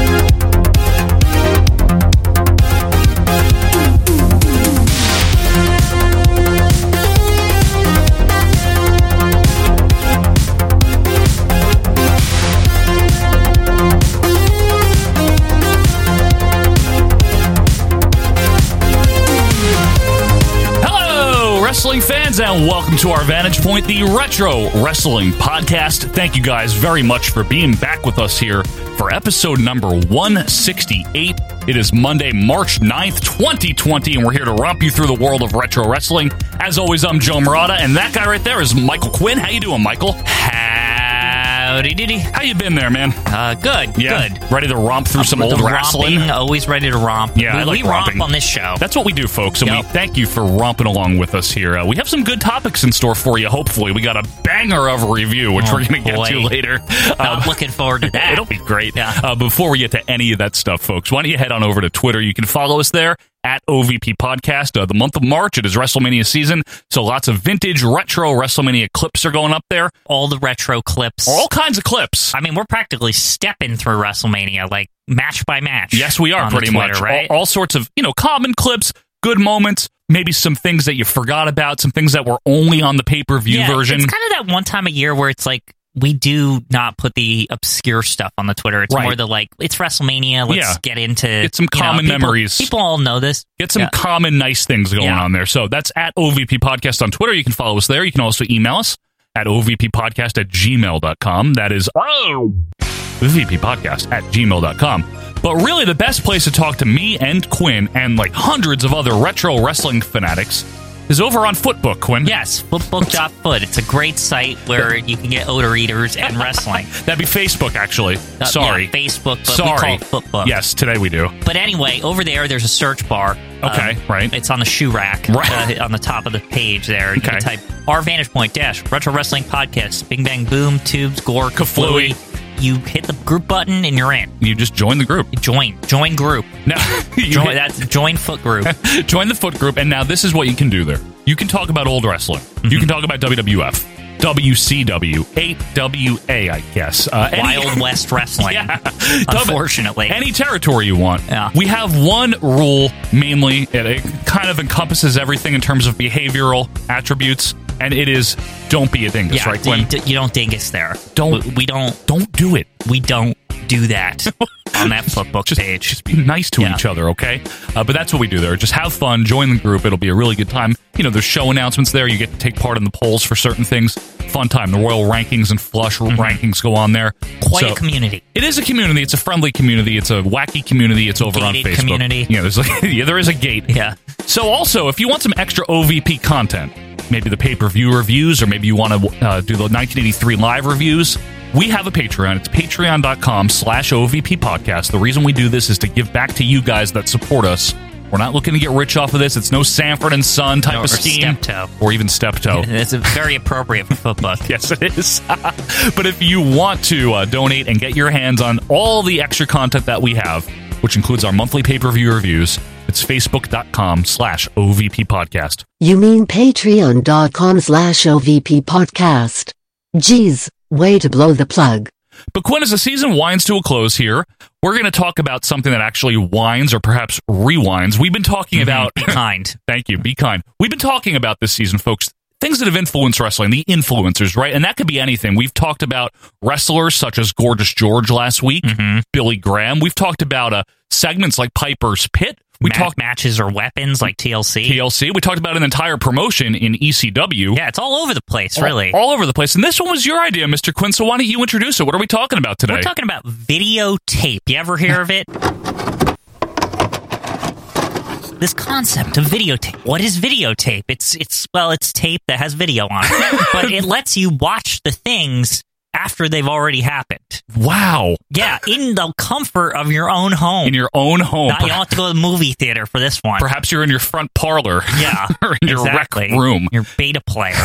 Hello, wrestling fans, and welcome to our Vantage Point, the Retro Wrestling Podcast. Thank you guys very much for being back with us here for episode number 168. It is Monday, March 9th, 2020, and we're here to romp you through the world of retro wrestling. As always, I'm Joe Murata, and that guy right there is Michael Quinn. How you doing, Michael? Howdy diddy. How you been there, man? Uh, good, Yeah. good. Ready to romp through some With old the wrestling? romping, uh, always ready to romp. Yeah, we, I like we romping. romp on this show. That's what we do, folks, and Yep. we thank you for romping along with us here. Uh, we have some good topics in store for you, hopefully. We got a banger of a review, which Oh, we're going to get boy. to later. Um, I'm looking forward to that. uh, It'll be great. Yeah. Uh, before we get to any of that stuff, folks, why don't you head on over to Twitter? You can follow us there at OVP Podcast. Uh, the month of March, it is WrestleMania season, so lots of vintage, retro WrestleMania clips are going up there. all the retro clips. All kinds of clips. I mean, we're practically stepping through WrestleMania, like match by match. Yes, we are on the pretty Twitter, much right. all, all sorts of you know common clips, good moments, maybe some things that you forgot about, some things that were only on the pay per view yeah, version. It's kind of that one time a year where it's like we do not put the obscure stuff on the Twitter. It's Right. more the like it's WrestleMania. Let's Yeah. get into Get some you know, common people- memories. People all know this. Get some Yeah. common nice things going Yeah. on there. So that's at OVP Podcast on Twitter. You can follow us there. You can also email us at OVPpodcast at gmail.com. That is OVPpodcast at gmail.com. But really, the best place to talk to me and Quinn and like hundreds of other retro wrestling fanatics is over on Footbook, Quinn. Yes, footbook.foot. It's a great site where you can get odor eaters and wrestling. That'd be Facebook, actually. Uh, Sorry. yeah, Facebook, but Sorry. we call it footbook. Yes, today we do. But anyway, over there, there's a search bar. Um, Okay, right. It's on the shoe rack Right. uh, on the top of the page there. You Okay. can type our Vantage Point Dash, Retro Wrestling Podcast, Bing Bang Boom, Tubes, Gore, Kaflooey. You hit the group button and you're in. You just join the group. Join. Join group. Now, you Join, that's join foot group. join the foot group, and now this is what you can do there. You can talk about old wrestling. You can Mm-hmm. talk about WWF, WCW, AWA, I guess. Uh, any- Wild West Wrestling. Yeah. Unfortunately. Any territory you want. Yeah. We have one rule mainly, and it kind of encompasses everything in terms of behavioral attributes, and it is don't be a dingus, yeah, right, d- Gwen? d- you don't dingus there. Don't- We, we don't. don't do it. We don't do that on that footbook page. Just be nice to Yeah. each other, okay? Uh, but that's what we do there. Just have fun, join the group. It'll be a really good time. You know, there's show announcements there. You get to take part in the polls for certain things. Fun time. The Royal Rankings and Flush rankings go on there. Mm-hmm. Quite So- a community. It is a community. It's a friendly community. It's a wacky community. It's over on Gated Facebook. community. Yeah, there's like, yeah, there is a gate. Yeah. So also, if you want some extra OVP content, maybe the pay-per-view reviews, or maybe you want to uh, do the 1983 live reviews, we have a Patreon. It's patreon.com slash OVP podcast. The reason we do this is to give back to you guys that support us. We're not looking to get rich off of this. It's no Sanford and Son type No, or of scheme. Steptoe. Or even Steptoe. It's very appropriate for footbook. Yes, it is. but if you want to uh, donate and get your hands on all the extra content that we have, which includes our monthly pay-per-view reviews, it's facebook.com slash OVP podcast. You mean patreon.com slash OVP podcast. Geez, way to blow the plug. But Quinn, as the season winds to a close here, we're going to talk about something that actually winds or perhaps rewinds. We've been talking about... be kind. Thank you. Be kind. We've been talking about this season, folks. Things that have influenced wrestling, the influencers, right? And that could be anything. We've talked about wrestlers such as Gorgeous George last week, Mm-hmm. Billy Graham. We've talked about uh, segments like Piper's Pit. We Ma- talked matches or weapons like TLC. TLC. We talked about an entire promotion in ECW. yeah, it's all over the place, really. All, all over the place. And this one was your idea, Mr. Quinn. So why don't you introduce it? What are we talking about today? We're talking about videotape. You ever hear of it? This concept of videotape. What is videotape? It's it's well, it's tape that has video on it, but it lets you watch the things after they've already happened. wow. Yeah, in the comfort of your own home. In your own home. Not- you don't have to go to the movie theater for this one. Perhaps you're in your front parlor Yeah, or in your exactly. rec room. your beta player.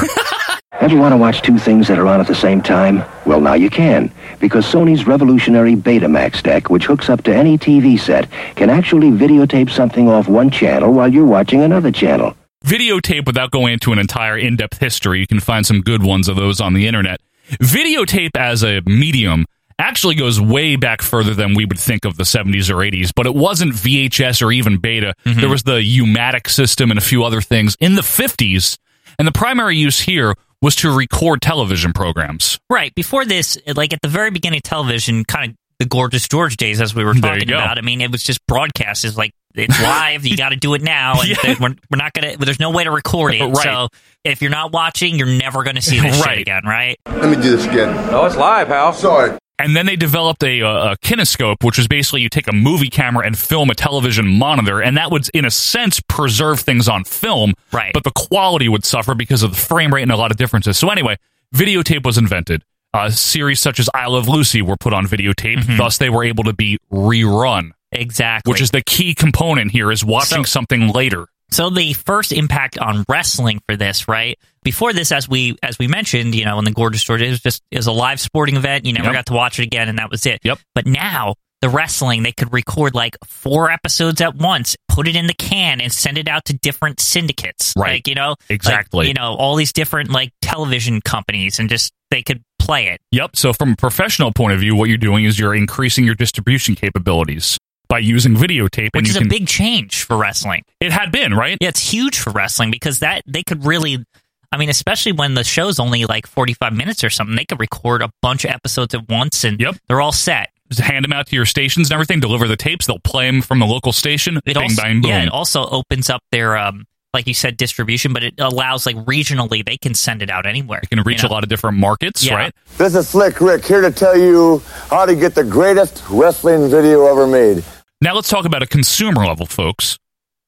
Ever want to watch two things that are on at the same time? Well, now you can, because Sony's revolutionary Betamax deck, which hooks up to any TV set, can actually videotape something off one channel while you're watching another channel. Videotape without going into an entire in depth history. You can find some good ones of those on the internet. Videotape as a medium actually goes way back further than we would think of the 70s or 80s, but it wasn't VHS or even beta. There was the U-matic system and a few other things in the 50s, and the primary use here was to record television programs. Right. Before this, like at the very beginning of television, kind of the Gorgeous George days, as we were There talking you go. about. I mean, it was just broadcast. It's like, it's live. you got to do it now. And Yeah. th- we're, we're not going to, there's no way to record it. Right. So if you're not watching, you're never going to see this Right. shit again, right? Let me do this again. No, it's live, pal. Sorry. And then they developed a, uh, a kinescope, which is basically you take a movie camera and film a television monitor, and that would, in a sense, preserve things on film. Right. But the quality would suffer because of the frame rate and a lot of differences. So, anyway, videotape was invented. Uh, series such as I Love Lucy were put on videotape, Mm-hmm. thus, they were able to be rerun, Exactly. which is the key component here is watching So- something later. So the first impact on wrestling for this, right? Before this, as we as we mentioned, you know, in the Gorgeous George, it was just it was a live sporting event. You never Yep. got to watch it again, and that was it. Yep. But now the wrestling, they could record like four episodes at once, put it in the can, and send it out to different syndicates. Right. Like, you know, like, Exactly. you know, all these different like television companies, and just they could play it. Yep. So, from a professional point of view, what you're doing is you're increasing your distribution capabilities by using videotape. and Which you is can, a big change for wrestling. It had been, right? Yeah, it's huge for wrestling because that they could really I mean, especially when the show's only like 45 minutes or something, they could record a bunch of episodes at once and Yep. they're all set. Just hand them out to your stations and everything, deliver the tapes, they'll play them from the local station, It bang, also, bang, boom. Yeah, it also opens up their, um, like you said, distribution, but it allows like regionally, they can send it out anywhere. you can reach a lot of different markets, Yeah. right? This is Slick Rick here to tell you how to get the greatest wrestling video ever made. Now let's talk about a consumer level, folks.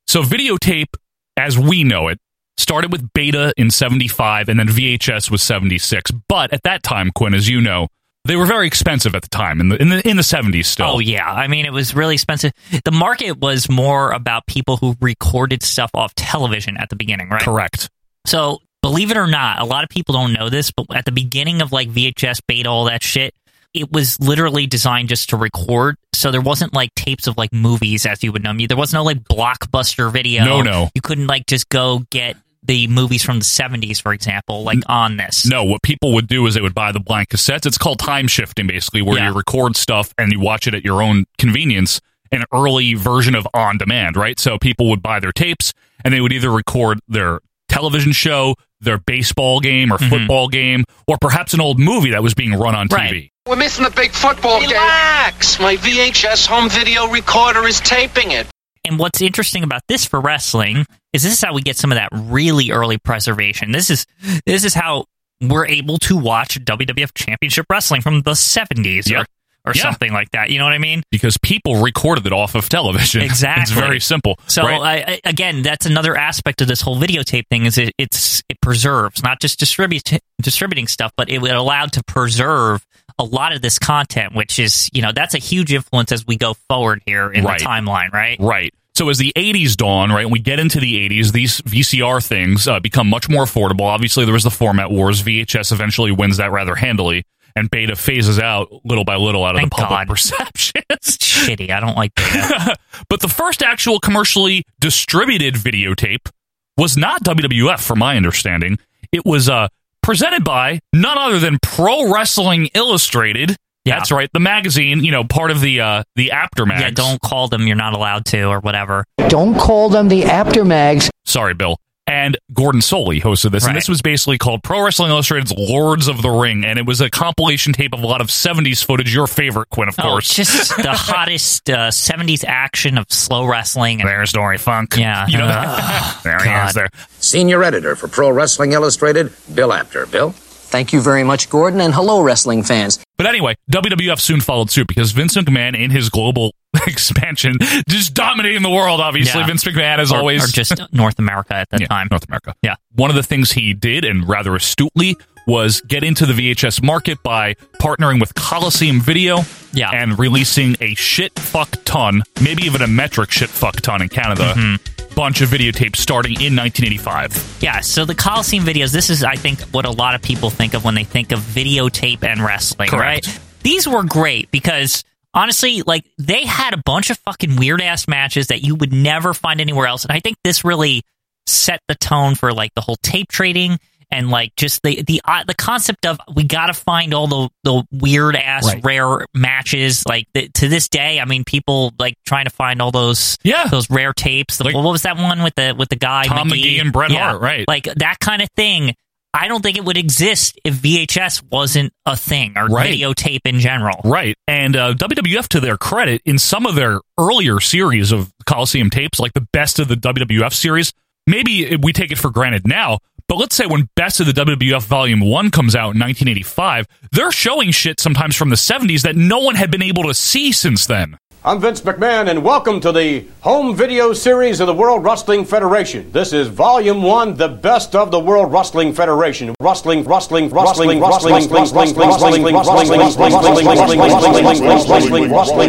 So videotape, as we know it, started with beta in 75 and then VHS was 76. But at that time, Quinn, as you know, they were very expensive at the time in the in the in the 70s still. Oh yeah, I mean it was really expensive. The market was more about people who recorded stuff off television at the beginning, right? Correct. So believe it or not, a lot of people don't know this, but at the beginning of like VHS beta, all that shit, it was literally designed just to record. So there wasn't like tapes of like movies as you would know. them. There was no like blockbuster video. No, no. You couldn't like just go get the movies from the 70s, for example, like on this. No, what people would do is they would buy the blank cassettes. It's called time shifting, basically, where Yeah. you record stuff and you watch it at your own convenience, an early version of on demand, right? So people would buy their tapes and they would either record their television show, their baseball game or football game, or perhaps an old movie that was being run on Mm-hmm. Right. TV. We're missing the big football game. Relax. My VHS home video recorder is taping it. And what's interesting about this for wrestling is this is how we get some of that really early preservation. This is this is how we're able to watch WWF Championship Wrestling from the 70s Yeah. or, or Yeah. something like that. You know what I mean? Because people recorded it off of television. It's Exactly. very simple. So right? I, I, again, that's another aspect of this whole videotape thing is it, it's it preserves not just distribute distributing stuff, but it would allowed to preserve a lot of this content, which is you know that's a huge influence as we go forward here in Right. the timeline, right? Right. So as the 80s dawn, right, and we get into the 80s, these VCR things uh, become much more affordable. Obviously, there was the format wars. VHS eventually wins that rather handily, and Beta phases out little by little out of Thank the public God. perception. It's shitty. I don't like that. but the first actual commercially distributed videotape was not WWF, from my understanding. It was uh, presented by none other than Pro Wrestling Illustrated. Yeah. That's right, the magazine. You know, part of the uh, the aftermath. yeah, don't call them. You're not allowed to, or whatever. Don't call them the aftermags. Sorry, Bill. And Gordon Soley hosted this. And Right. this was basically called Pro Wrestling Illustrated's Lords of the Ring. And it was a compilation tape of a lot of 70s footage. Your favorite, Quinn, of Oh, course. just the hottest uh, '70s action of slow wrestling. And, There's Dory Funk. Yeah. You know, Ugh, there he God. is there. Senior editor for Pro Wrestling Illustrated, Bill Apter. Bill? Thank you very much, Gordon, and hello, wrestling fans. But anyway, WWF soon followed suit because Vince McMahon, in his global expansion, just dominating the world, obviously. Yeah. Vince McMahon is or, always. or just North America at that Yeah, time. North America. Yeah. One of the things he did, and rather astutely, was get into the VHS market by partnering with Coliseum Video Yeah. and releasing a shit fuck ton, maybe even a metric shit fuck ton in Canada, bunch of videotapes starting in 1985. Yeah, so the Coliseum videos, this is, I think, what a lot of people think of when they think of videotape and wrestling, Correct. right? These were great because honestly, like, they had a bunch of fucking weird ass matches that you would never find anywhere else. And I think this really set the tone for like the whole tape trading. And like just the the uh, the concept of we gotta find all the the weird ass Right. rare matches like the, to this day I mean people like trying to find all those Yeah. those rare tapes the, Like- what was that one with the with the guy Tom McGee and Bret Hart, right. Like that kind of thing. I don't think it would exist if VHS wasn't a thing or Right. videotape in general. Right. And uh, WWF, to their credit, in some of their earlier series of Coliseum tapes, like the best of the WWF series, maybe we take it for granted now, but let's say when Best of the WWF Volume 1 comes out in 1985, they're showing shit sometimes from the 70s that no one had been able to see since then. I'm Vince McMahon, and welcome to the home video series of the World Wrestling Federation. This is Volume 1, the best of the World Wrestling Federation. Wrestling, wrestling, wrestling, wrestling, wrestling, wrestling, wrestling, wrestling, wrestling, wrestling, wrestling, wrestling,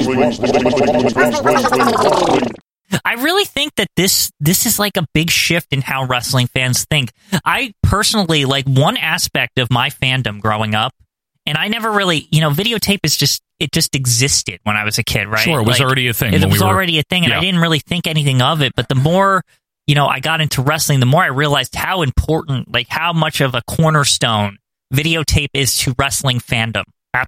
wrestling, wrestling, wrestling, wrestling. I really think that this this is like a big shift in how wrestling fans think. I personally like one aspect of my fandom growing up, and I never really, you know, videotape is just it just existed when I was a kid, right? Sure, it was Like, already a thing It when was we were- already a thing, and I Yeah. didn't really think anything of it. But the more you know, I got into wrestling, the more I realized how important, like how much of a cornerstone videotape is to wrestling fandom.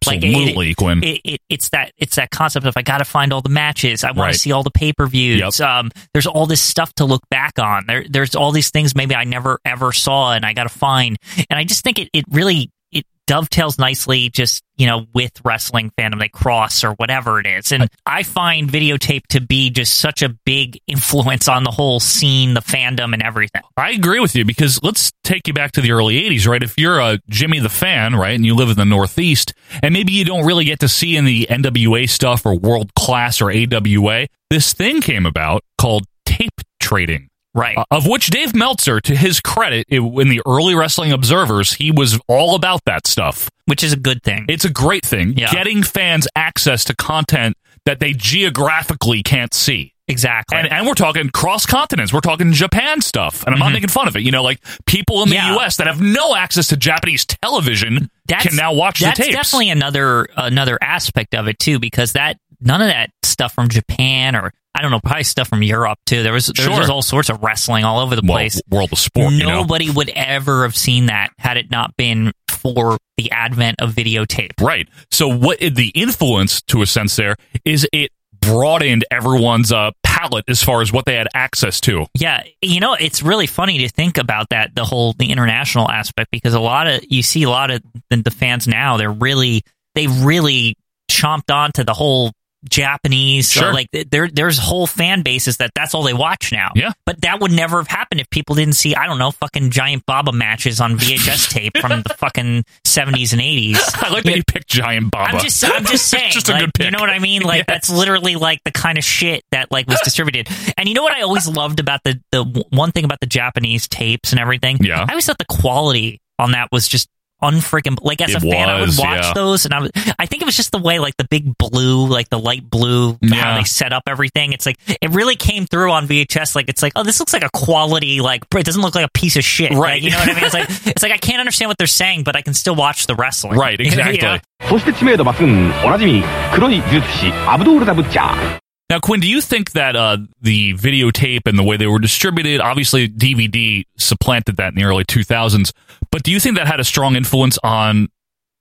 Like, it- Absolutely, Quinn. it, it, it's that it's that concept of I got to find all the matches. I want Right. to see all the pay per views. Um, there's all this stuff to look back on. There, there's all these things maybe I never ever saw, and I got to find. And I just think it, it really it dovetails nicely, just you know, with wrestling fandom. They cross or whatever it is, and I find videotape to be just such a big influence on the whole scene, the fandom, and everything. I agree with you because let's take you back to the early 80s, right? If you're a Jimmy the fan, right, and you live in the Northeast, and maybe you don't really get to see any NWA stuff or world class or AWA, this thing came about called tape trading. Right. Uh, of which Dave Meltzer, to his credit, i- in the early Wrestling Observers, he was all about that stuff. Which is a good thing. It's a great thing. Yeah. Getting fans access to content that they geographically can't see. Exactly. And, and we're talking cross continents. We're talking Japan stuff. And I'm not making fun of it. You know, like people in the Mm-hmm. Yeah. U.S. that have no access to Japanese television can now watch that's the tapes. definitely another another aspect of it too, because that none of that stuff from Japan or I don't know, probably stuff from Europe too. There was there Sure. was all sorts of wrestling all over the well, place. world of sport. you know? Nobody would ever have seen that had it not been for the advent of videotape. Right. So what it- the influence to a sense there is it broadened everyone's uh, palette as far as what they had access to. Yeah, you know, it's really funny to think about that the whole the international aspect because a lot of you see a lot of the, the fans now they're really they really chomped onto the whole Japanese Sure. so like th- there there's whole fan bases that that's all they watch now. Yeah. But that would never have happened if people didn't see I don't know fucking giant baba matches on VHS tape from the fucking 70s and 80s. I like that you picked Giant Baba. I'm just, I'm just saying. just a like, good pick. You know what I mean? Like that's literally like the kind of shit that like was distributed. And you know what I always loved about the the w- one thing about the Japanese tapes and everything. Yeah. I always thought the quality on that was just unfreaking. Like as It a fan, I would was, watch yeah. those, and I was, I think it was just the way like the big blue, like the light blue, Yeah. how they set up everything. It's like it really came through on VHS. Like it's like oh, this looks like a quality. Like it doesn't look like a piece of shit. Like, Right. you know what I mean? It's like it's like I can't understand what they're saying, but I can still watch the wrestling. Right, You know? exactly. Yeah. そして知名度抜群おなじみ黒い呪術師アブドール・ザ・ブッチャー Now, Quinn, do you think that uh, the videotape and the way they were distributed, obviously DVD supplanted that in the early 2000s, but do you think that had a strong influence on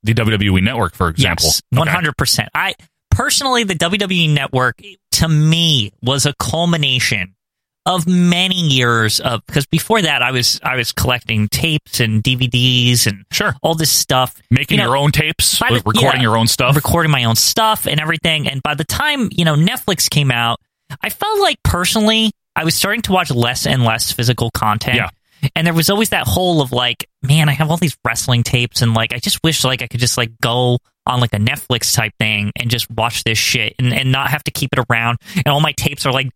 the WWE network, for example? Yes, one hundred percent. I personally, the WWE Network to me was a culmination of many years of because before that, I was I was collecting tapes and DVDs and Sure. all this stuff, Making You know, your own tapes, by the- recording yeah, your own stuff. recording my own stuff and everything. And by the time you know Netflix came out, I felt like personally I was starting to watch less and less physical content. Yeah. And there was always that hole of like, man, I have all these wrestling tapes, and like, I just wish like I could just like go on like a Netflix type thing and just watch this shit and, and not have to keep it around. And all my tapes are like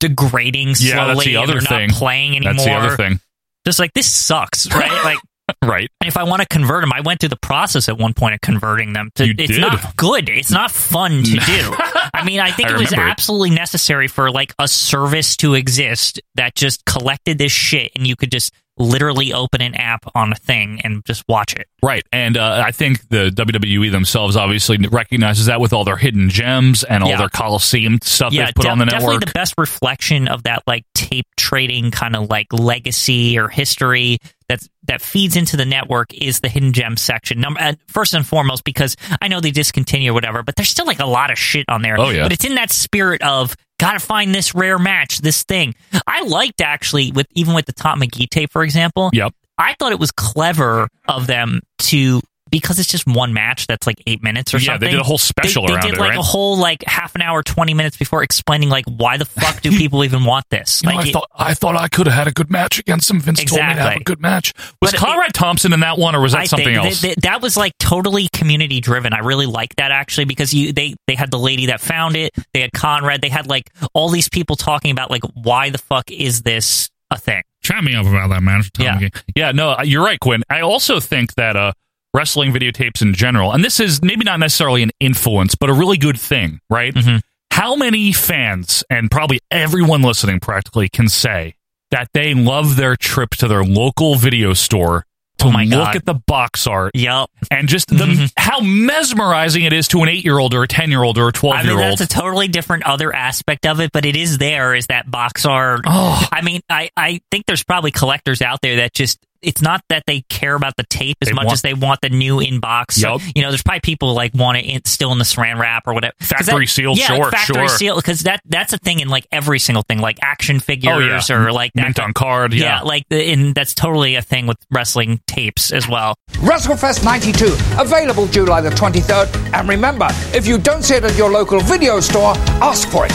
degrading slowly. yeah, that's the and other they're thing. Not playing anymore. That's the other thing. Just like this sucks, right? like Right. And if I want to convert them, I went through the process at one point of converting them. To, You it's did. not good. It's not fun to do. I mean, I think I it was remember it. absolutely necessary for like a service to exist that just collected this shit and you could just literally open an app on a thing and just watch it. Right, and uh, I think the WWE themselves obviously recognizes that with all their hidden gems and all Yeah. their Coliseum stuff yeah, they've put def- on the definitely network. the best reflection of that like tape trading kind of like legacy or history that's that feeds into the network is the hidden gem section. Number uh, first and foremost because I know they discontinue or whatever, but there's still like a lot of shit on there. Oh, yeah. But it's in that spirit of gotta find this rare match, this thing. I liked actually with even with the Tom McGee tape, for example. Yep. I thought it was clever of them to because it's just one match that's like eight minutes or Yeah, they something. did a whole special They, they around did it, like right? a whole like half an hour, twenty minutes before explaining like why the fuck do people even want this? You know, Like I it- thought I thought I could have had a good match against him. Vince told me to have Exactly. a good match. Was But it- Conrad Thompson in that one, or was that I something think else? That, that, that was like totally community driven. I really like that actually because you they they had the lady that found it. They had Conrad. They had like all these people talking about like why the fuck is this a thing? Chat me up about that match. Yeah. yeah, no, you're right, Quinn. I also think that uh, wrestling videotapes in general, and this is maybe not necessarily an influence, but a really good thing, right? Mm-hmm. How many fans, and probably everyone listening practically, can say that they love their trip to their local video store to Oh my look God. at the box art Yep. and just the, Mm-hmm. how mesmerizing it is to an eight year old or a 10 year old or a 12 I year mean, old. that's a totally different other aspect of it, but it is there. Is that box art? Oh. I mean, I I think there's probably collectors out there that just. It's not that they care about the tape as They much want- as they want the new inbox. So, Yup. You know, there's probably people like want it in, still in the saran wrap or whatever. 'Cause Factory that, seal, yeah, sure, factory sure. Oh, seal because that that's a thing in like every single thing, like action figures or like that mint on card. Yeah. yeah, like the, and that's totally a thing with wrestling tapes as well. WrestleFest 92, available July the 23rd. And remember, if you don't see it at your local video store, ask for it.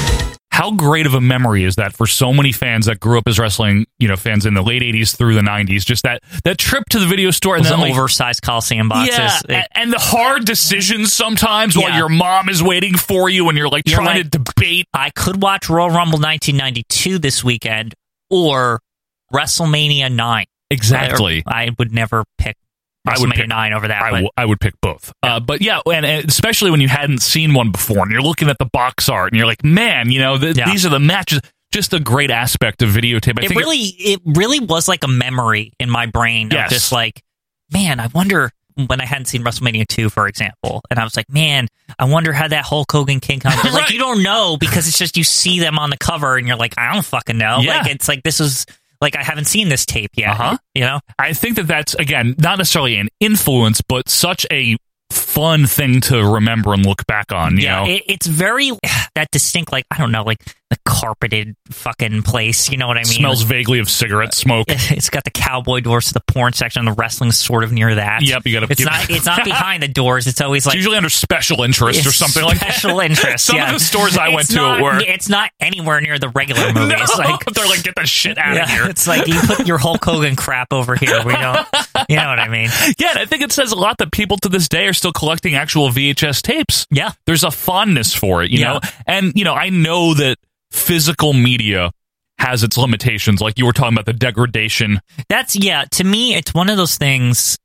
how great of a memory is that for so many fans that grew up as wrestling, you know, fans in the late '80s through the '90s? Just that that trip to the video store and Those then like, oversized Coliseum boxes. yeah, It- a- and the hard decisions sometimes while Yeah. your mom is waiting for you and you're like You're trying like- to debate. I could watch Royal Rumble 1992 this weekend or WrestleMania 9. Exactly. I, I would never pick WrestleMania I would pick- 9 over that. I but- w- I would pick both, uh, but yeah, and, and especially when you hadn't seen one before, and you're looking at the box art, and you're like, "Man, you know, th- Yeah. these are the matches." Just a great aspect of videotape. I it think really it, really was like a memory in my brain Yes. of just like, man, I wonder when I hadn't seen WrestleMania 2, for example, and I was like, man, I wonder how that Hulk Hogan King Kong. 'cause, Like you don't know because it's just you see them on the cover and you're like, I don't fucking know. Yeah. Like it's like this is like I haven't seen this tape yet. Uh-huh. You know. I think that that's again not necessarily an influence, but such a fun thing to remember and look back on. You know, It, it's very that distinct, like I don't know, like the carpeted fucking place. You know what I mean? uh, smells vaguely of cigarette smoke. It's got the cowboy doors to the porn section. The wrestling's sort of near that. Yep, you gotta It's give- not. It's not behind the doors. It's always It's like usually under special interest or it's something like that. special interest. Some yeah. of the stores I It's went not- to were. It's not anywhere near the regular movies. No, like they're like, get the shit out yeah, of here. it's like you put your Hulk Hogan crap over here. We don't. You know what I mean? Yeah, and I think it says a lot that people to this day are still collecting actual VHS tapes. Yeah. There's a fondness for it, you Yeah. know? And, you know, I know that physical media has its limitations. Like you were talking about the degradation. That's yeah. To me, it's one of those things.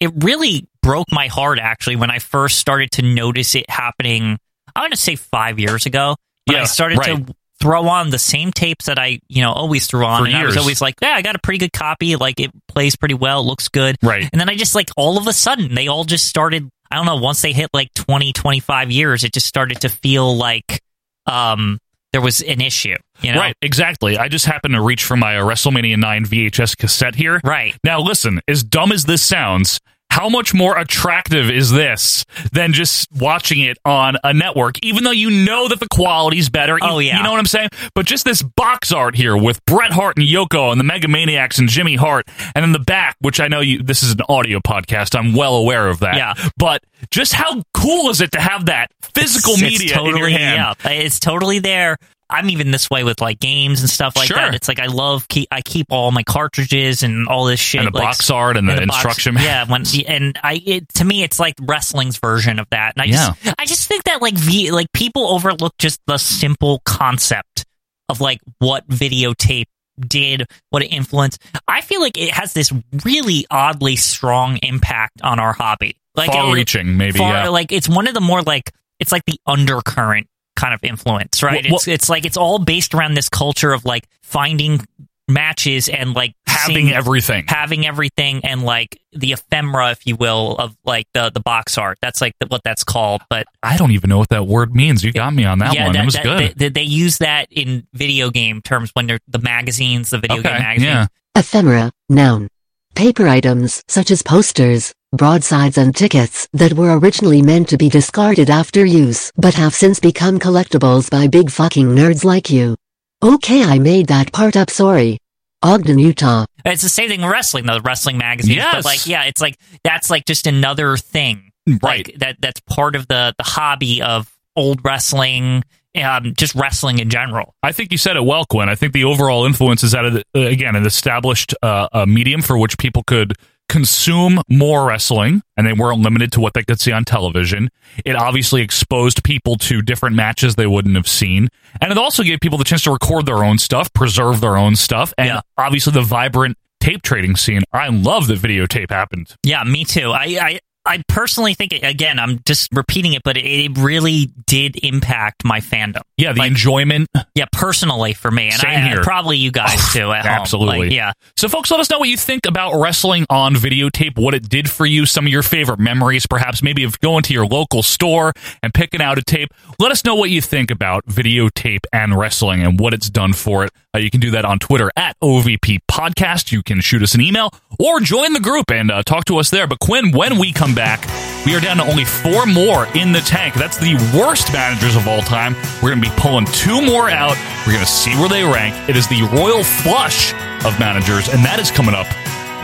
It really broke my heart actually when I first started to notice it happening. I want to say five years ago. When Yeah, I started right. to throw on the same tapes that I you know always threw on. For and I was years. always like, yeah, I got a pretty good copy. Like it plays pretty well, it looks good. Right. And then I just like all of a sudden they all just started. I don't know. Once they hit like 20, 25 years, it just started to feel like um there was an issue. You know. Right, exactly. I just happened to reach for my uh, WrestleMania 9 VHS cassette here. Right. Now, listen, as dumb as this sounds, how much more attractive is this than just watching it on a network, even though you know that the quality's better? You- Oh, yeah. You know what I'm saying? But just this box art here with Bret Hart and Yoko and the Megamaniacs and Jimmy Hart, and then the back, which I know you, this is an audio podcast. I'm well aware of that. Yeah. But just how cool is it to have that physical It's- it's media totally, in your hand? Yeah, it's totally there. I'm even this way with like games and stuff like Sure. that. It's like I love keep I keep all my cartridges and all this shit And the like, box art and the box- instruction Yeah, when and I it, to me it's like wrestling's version of that. And I just I just think that like v, like people overlook just the simple concept of like what videotape did, what it influenced. I feel like it has this really oddly strong impact on our hobby. Like it- Far-reaching, maybe, yeah. Like it's one of the more like it's like the undercurrent kind of influence, right? Wh- wh- it's it's like it's all based around this culture of like finding matches and like Having seeing- everything. having everything, and like the ephemera, if you will, of like the the box art. That's like the, what that's called, but. I don't even know what that word means. You got me on that one. That, was good. They, they use that in video game terms when they're the magazines, the video game magazines. Ephemera, noun. Paper items such as posters, broadsides, and tickets that were originally meant to be discarded after use but have since become collectibles by big fucking nerds like you. Okay, I made that part up, sorry. Ogden, Utah. It's the same thing with wrestling, though, the wrestling magazines. Yes. But like, yeah, it's like that's like just another thing. Right. Like, that that's part of the the hobby of old wrestling, um, just wrestling in general. I think you said it well, Quinn. I think the overall influence is out of the, uh, again an established uh, uh medium for which people could consume more wrestling, and they weren't limited to what they could see on television. It obviously exposed people to different matches they wouldn't have seen, and it also gave people the chance to record their own stuff, preserve their own stuff, and obviously the vibrant tape trading scene. I love that videotape happened. Yeah, me too. I I, I personally think again, I'm just repeating it, but it, it really did impact my fandom. Yeah, the enjoyment. Yeah, personally for me, and Same I, and here. Oh, probably you guys too. At home. Absolutely. Like, yeah. So, folks, let us know what you think about wrestling on videotape, what it did for you, some of your favorite memories, perhaps maybe of going to your local store and picking out a tape. Let us know what you think about videotape and wrestling and what it's done for it. Uh, you can do that on Twitter at OVP Podcast. You can shoot us an email or join the group and uh, talk to us there. But, Quinn, when we come back, we are down to only four more in the tank. That's the worst managers of all time. We're going to be pulling two more out. We're going to see where they rank. It is the royal flush of managers, and that is coming up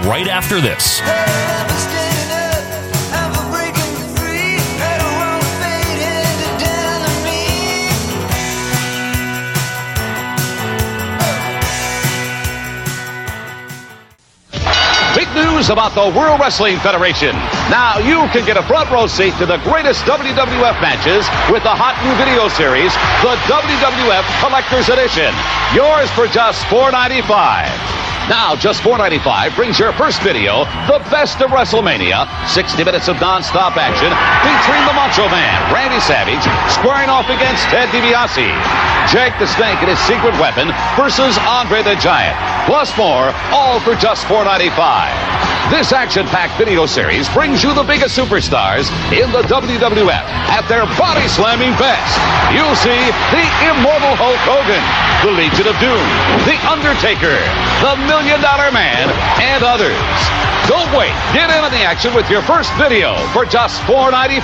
right after this. Big news about the World Wrestling Federation. Now you can get a front row seat to the greatest WWF matches with the hot new video series, the WWF Collector's Edition. Yours for just $4.95. Now, just $4.95 brings your first video, The Best of WrestleMania, 60 minutes of non-stop action, featuring The Macho Man, Randy Savage, squaring off against Ted DiBiase, Jake the Snake and his secret weapon versus Andre the Giant, plus more, all for just $4.95. This action-packed video series brings you the biggest superstars in the WWF at their body-slamming best. You'll see the immortal Hulk Hogan, the Legion of Doom, The Undertaker, The Million Dollar Man, and others. Don't wait. Get in on the action with your first video for just $4.95.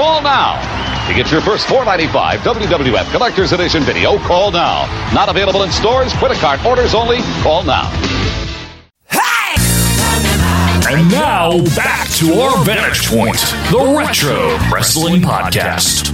Call now. To get your first $4.95 WWF Collector's Edition video, call now. Not available in stores, credit card orders only. Call now. And now back to our vantage point, the Retro Wrestling Podcast.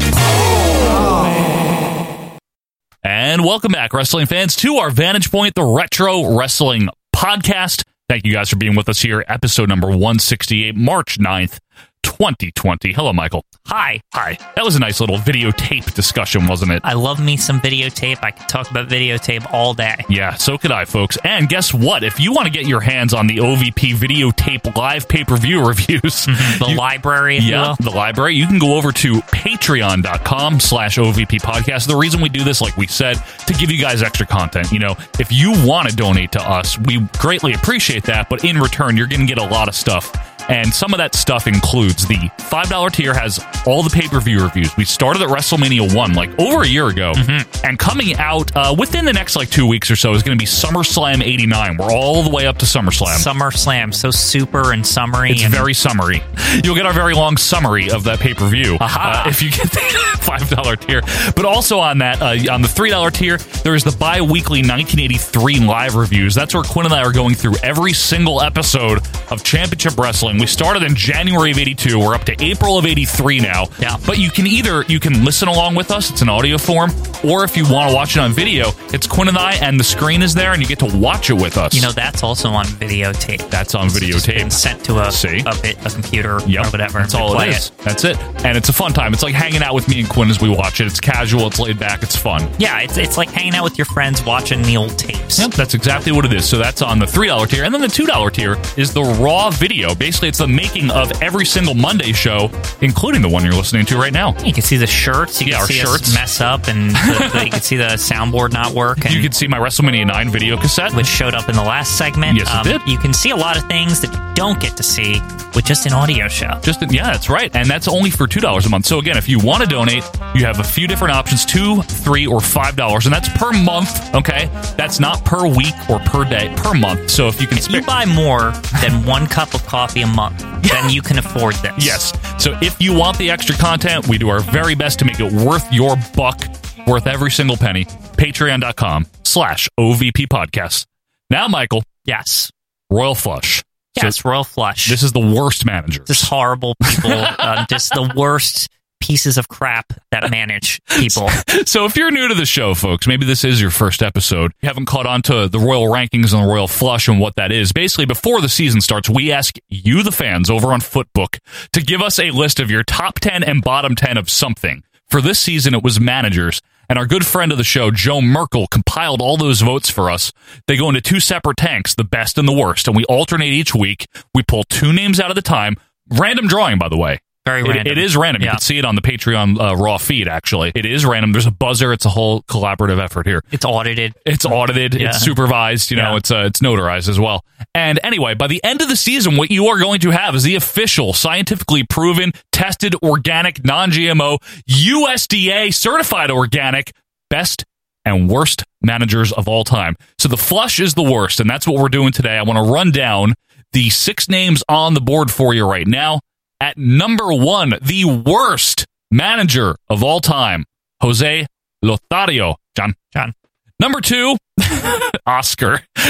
And welcome back, wrestling fans, to our Vantage Point, the Retro Wrestling Podcast. Thank you guys for being with us here, episode number 168, March 9th, 2020. Hello, Michael. Hi. Hi. That was a nice little videotape discussion, wasn't it? I love me some videotape. I could talk about videotape all day. Yeah, so could I, folks. And guess what? If you want to get your hands on the OVP videotape live pay per view reviews, The you- library, if you yeah, will. the library. You can go over to patreon.com slash OVP podcast. The reason we do this, like we said, to give you guys extra content. You know, if you want to donate to us, we greatly appreciate that. But in return, you're going to get a lot of stuff. And some of that stuff includes the $5 tier has all the pay per view reviews. We started at WrestleMania 1 like over a year ago. Mm-hmm. And coming out uh, within the next like two weeks or so is going to be SummerSlam 89. We're all the way up to SummerSlam. SummerSlam, so super and summery. It's and very summary. You'll get our very long summary of that pay per view uh, if you get the five dollar tier. But also on that, uh, on the three dollar tier, there is the bi weekly 1983 live reviews. That's where Quinn and I are going through every single episode of Championship Wrestling. We started in January of '82. We're up to April of '83 now. Yeah. But you can either you can listen along with us. It's an audio form, or if you want to watch it on video, it's Quinn and I, and the screen is there, and you get to watch it with us. You know, that's also on videotape. That's on videotape. sent to a, a, bit, a computer Yep. or whatever. That's They all play it is. That's it. And it's a fun time. It's like hanging out with me and Quinn as we watch it. It's casual, it's laid back, it's fun. Yeah, it's, it's like hanging out with your friends watching the old tape. tapes. Yep, that's exactly what it is. So that's on the $3 tier. And then the $2 tier is the raw video. Basically, it's the making of every single Monday show, including the one you're listening to right now. You can see the shirts. You yeah, can our see shirts. us mess up, and the, the- you can see the soundboard not work. And you can see my WrestleMania 9 video cassette, which showed up in the last segment. Um, Yes, it did. You can see a lot of things that you don't get to see with just an audio show. Just yeah, that's right, and that's only for two dollars a month. So again, if you want to donate, you have a few different options: two, three, or five dollars, and that's per month. Okay, that's not per week or per day, per month. So if you can, If you buy more than one cup of coffee a month, then you can afford this. Yes. So if you want the extra content, we do our very best to make it worth your buck, worth every single penny. Patreon.com slash OVP podcast. Now, Michael. Yes. Royal Flush. Yes, Royal Flush. This is the worst manager. Just horrible people, um, just the worst pieces of crap that manage people. So if you're new to the show, folks, maybe this is your first episode. You haven't caught on to the Royal Rankings and the Royal Flush and what that is. Basically, before the season starts, we ask you, the fans, over on Footbook, to give us a list of your top 10 and bottom 10 of something. For this season, it was managers. And our good friend of the show, Joe Merkel, compiled all those votes for us. They go into two separate tanks, the best and the worst, and we alternate each week. We pull two names out at a time. Random drawing, by the way. Very It- random. It is random. You Yeah. can see it on the Patreon uh, raw feed. Actually, it is random. There's a buzzer. It's a whole collaborative effort here. It's audited. It's audited. Yeah. It's supervised. You know, Yeah. it's uh, it's notarized as well. And anyway, by the end of the season, what you are going to have is the official, scientifically proven, tested, organic, non-GMO, USDA certified organic best and worst managers of all time. So the flush is the worst, and that's what we're doing today. I want to run down the six names on the board for you right now. At number one, the worst manager of all time, Jose Lothario. John. John. Number two, Oscar.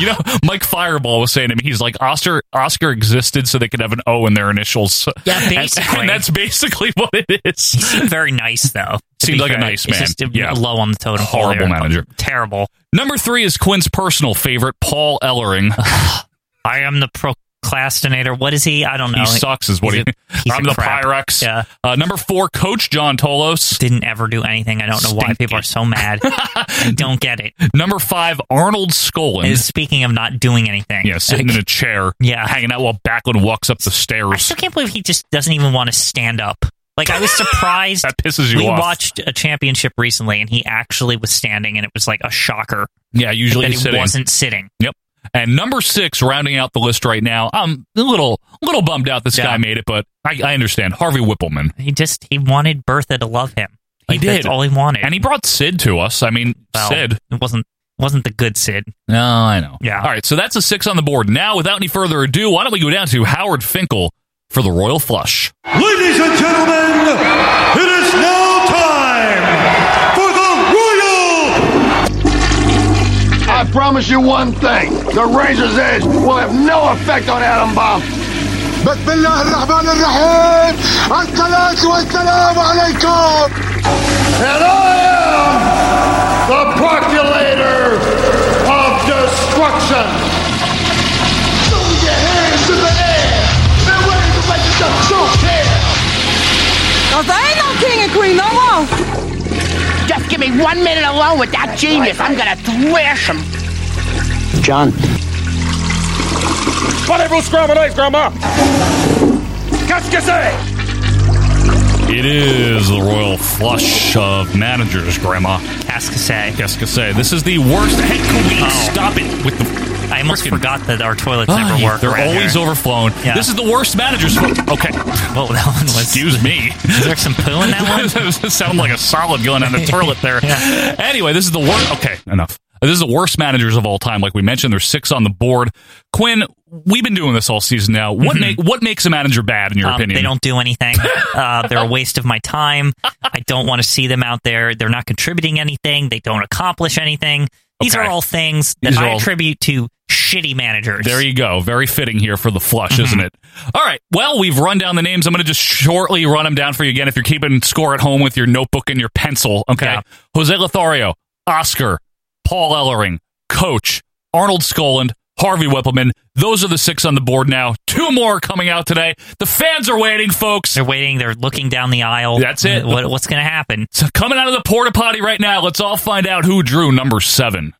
you know, Mike Fireball was saying to me, he's like, Oscar Oscar existed so they could have an O in their initials. Yeah, And- basically. and that's basically what it is. He seemed very nice, though. to Seemed be like a fair. nice It's man. just, uh, Yeah. low on the totem pole Horrible there. manager. Terrible. Number three is Quinn's personal favorite, Paul Ellering. I am the procrastinator. What is he? I don't know. he sucks, is what he. He's a piece I'm of the crap. Pyrex. Yeah. Uh, number four, Coach John Tolos. Didn't ever do anything. I don't know why Stinky. people are so mad. I don't get it. Number five, Arnold Skolin. And speaking of not doing anything, yeah, sitting in a chair, Yeah. hanging out while Backlund walks up the I stairs. still can't believe he just doesn't even want to stand up. Like I was surprised. That pisses you we off. watched a championship recently, and he actually was standing, and it was like a shocker. yeah, usually that he he's sitting. wasn't sitting. Yep. And number six, rounding out the list right now, I'm a little, little bummed out this Yeah. guy made it, but I, I understand. Harvey Whippleman. He just he wanted Bertha to love him. He Like, did. That's all he wanted. And he brought Sid to us. I mean, Well, Sid. It wasn't wasn't the good Sid. No, I know. Yeah. All right, so that's a six on the board. Now, without any further ado, why don't we go down to Howard Finkel for the Royal Flush? Ladies and gentlemen, it is now time for the Royal. I promise you one thing. The razor's edge will have no effect on Adam Bomb. بسم الله الرحمن الرحيم الصلاة والسلام عليكم And I am the procurator of destruction. Throw your hands in the air. They're ready to make it up. Don't care. Cause there ain't no king and queen no more. Just give me one minute alone with that genius. I'm gonna thrash him. John. Whatever scrambled eggs, Grandma! Qu'est-ce que c'est? It is the Royal Flush of Managers, Grandma. Cascasse. Cascasse. This is the worst. Hey, can we Oh. stop it with the I almost forgot that our toilets Ah, never yeah, work. They're around always here. overflown. Yeah. This is the worst manager's fault. Okay. Whoa, that one was. Excuse me. Is there some poo in that one? that sounded like a solid going down the toilet there. Yeah. Anyway, this is the worst. Okay, enough. This is the worst managers of all time. Like we mentioned, there's six on the board. Quinn, we've been doing this all season now. What make, what makes a manager bad in your Mm-hmm. Um, opinion? They don't do anything. Uh, they're a waste of my time. I don't want to see them out there. They're not contributing anything. They don't accomplish anything. These Okay. are all things that These are I all- attribute to shitty managers. There you go. Very fitting here for the flush, Mm-hmm. isn't it? All right. Well, we've run down the names. I'm going to just shortly run them down for you again if you're keeping score at home with your notebook and your pencil. Okay. Yeah. Jose Lothario, Oscar, Paul Ellering, Coach, Arnold Skoland, Harvey Whippleman. Those are the six on the board now. Two more coming out today. The fans are waiting, folks. they're waiting. They're looking down the aisle. That's it. What, what's going to happen? So coming out of the porta potty right now, let's all find out who drew number seven.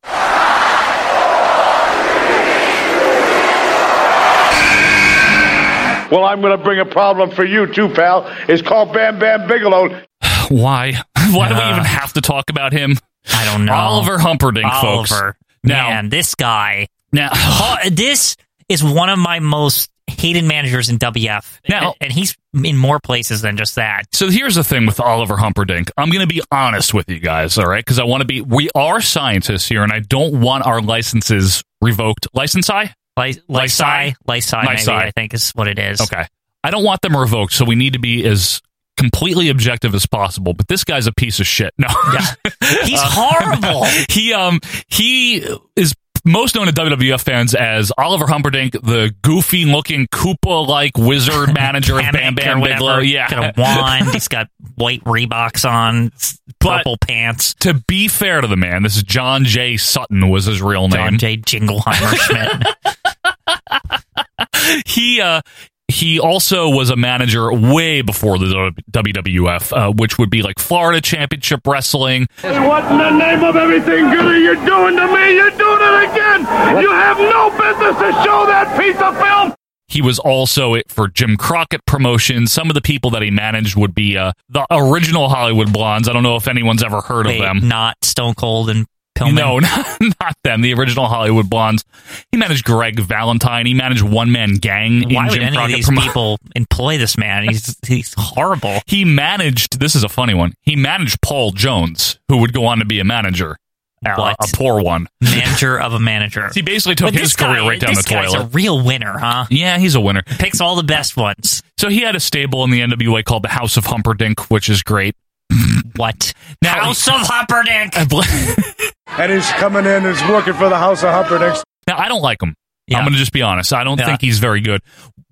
Well, I'm going to bring a problem for you, too, pal. It's called Bam Bam Bigelow. Why? Why do we even have to talk about him? I don't know. Oliver Humperdinck, folks. Oliver. Now- man, this guy. Now, Paul- this is one of my most hated managers in WF. Now- and, and he's in more places than just that. So here's the thing with Oliver Humperdinck. I'm going to be honest with you guys, all right? Because I want to be. We are scientists here, and I don't want our licenses revoked. License I? Ly- Lysai, Lysai, maybe, Lysai. I think is what it is. Okay. I don't want them revoked, so we need to be as completely objective as possible. But this guy's a piece of shit. No, He's Uh, horrible. he um he is most known to WWF fans as Oliver Humperdinck, the goofy looking Koopa like wizard manager of Bam Kamek Bam or whatever. Bigelow. Got a Yeah. wand. He's got white Reeboks on, purple pants. To be fair to the man, this is John J. Sutton was his real name. John J. Jingleheimer Schmidt. he uh he also was a manager way before the WWF, uh, which would be like Florida Championship Wrestling. And what in the name of everything good are you doing to me? You're doing it again! You have no business to show Oh, that piece of film! He was also it for Jim Crockett Promotions. Some of the people that he managed would be uh, the original Hollywood Blondes. I don't know if anyone's ever heard Wait, of them. Not Stone Cold and Pillman. No, not, not them. The original Hollywood Blondes. He managed Greg Valentine. He managed One Man Gang. in Why would Jim any of Crockett these Promo- people employ this man? He's he's horrible. He managed. This is a funny one. He managed Paul Jones, who would go on to be a manager. Uh, What? a poor one. Manager of a manager. He basically took But his this guy- career right down the this guy's toilet. a real winner, huh? yeah, he's a winner. Picks all the best ones. So he had a stable in the NWA called the House of Humperdinck, which is great. What? Now- House of Humperdinck. I bl- And he's coming in, he's working for the House of Humperdinck. Now, I don't like him. Yeah. I'm going to just be honest. I don't Yeah. think he's very good.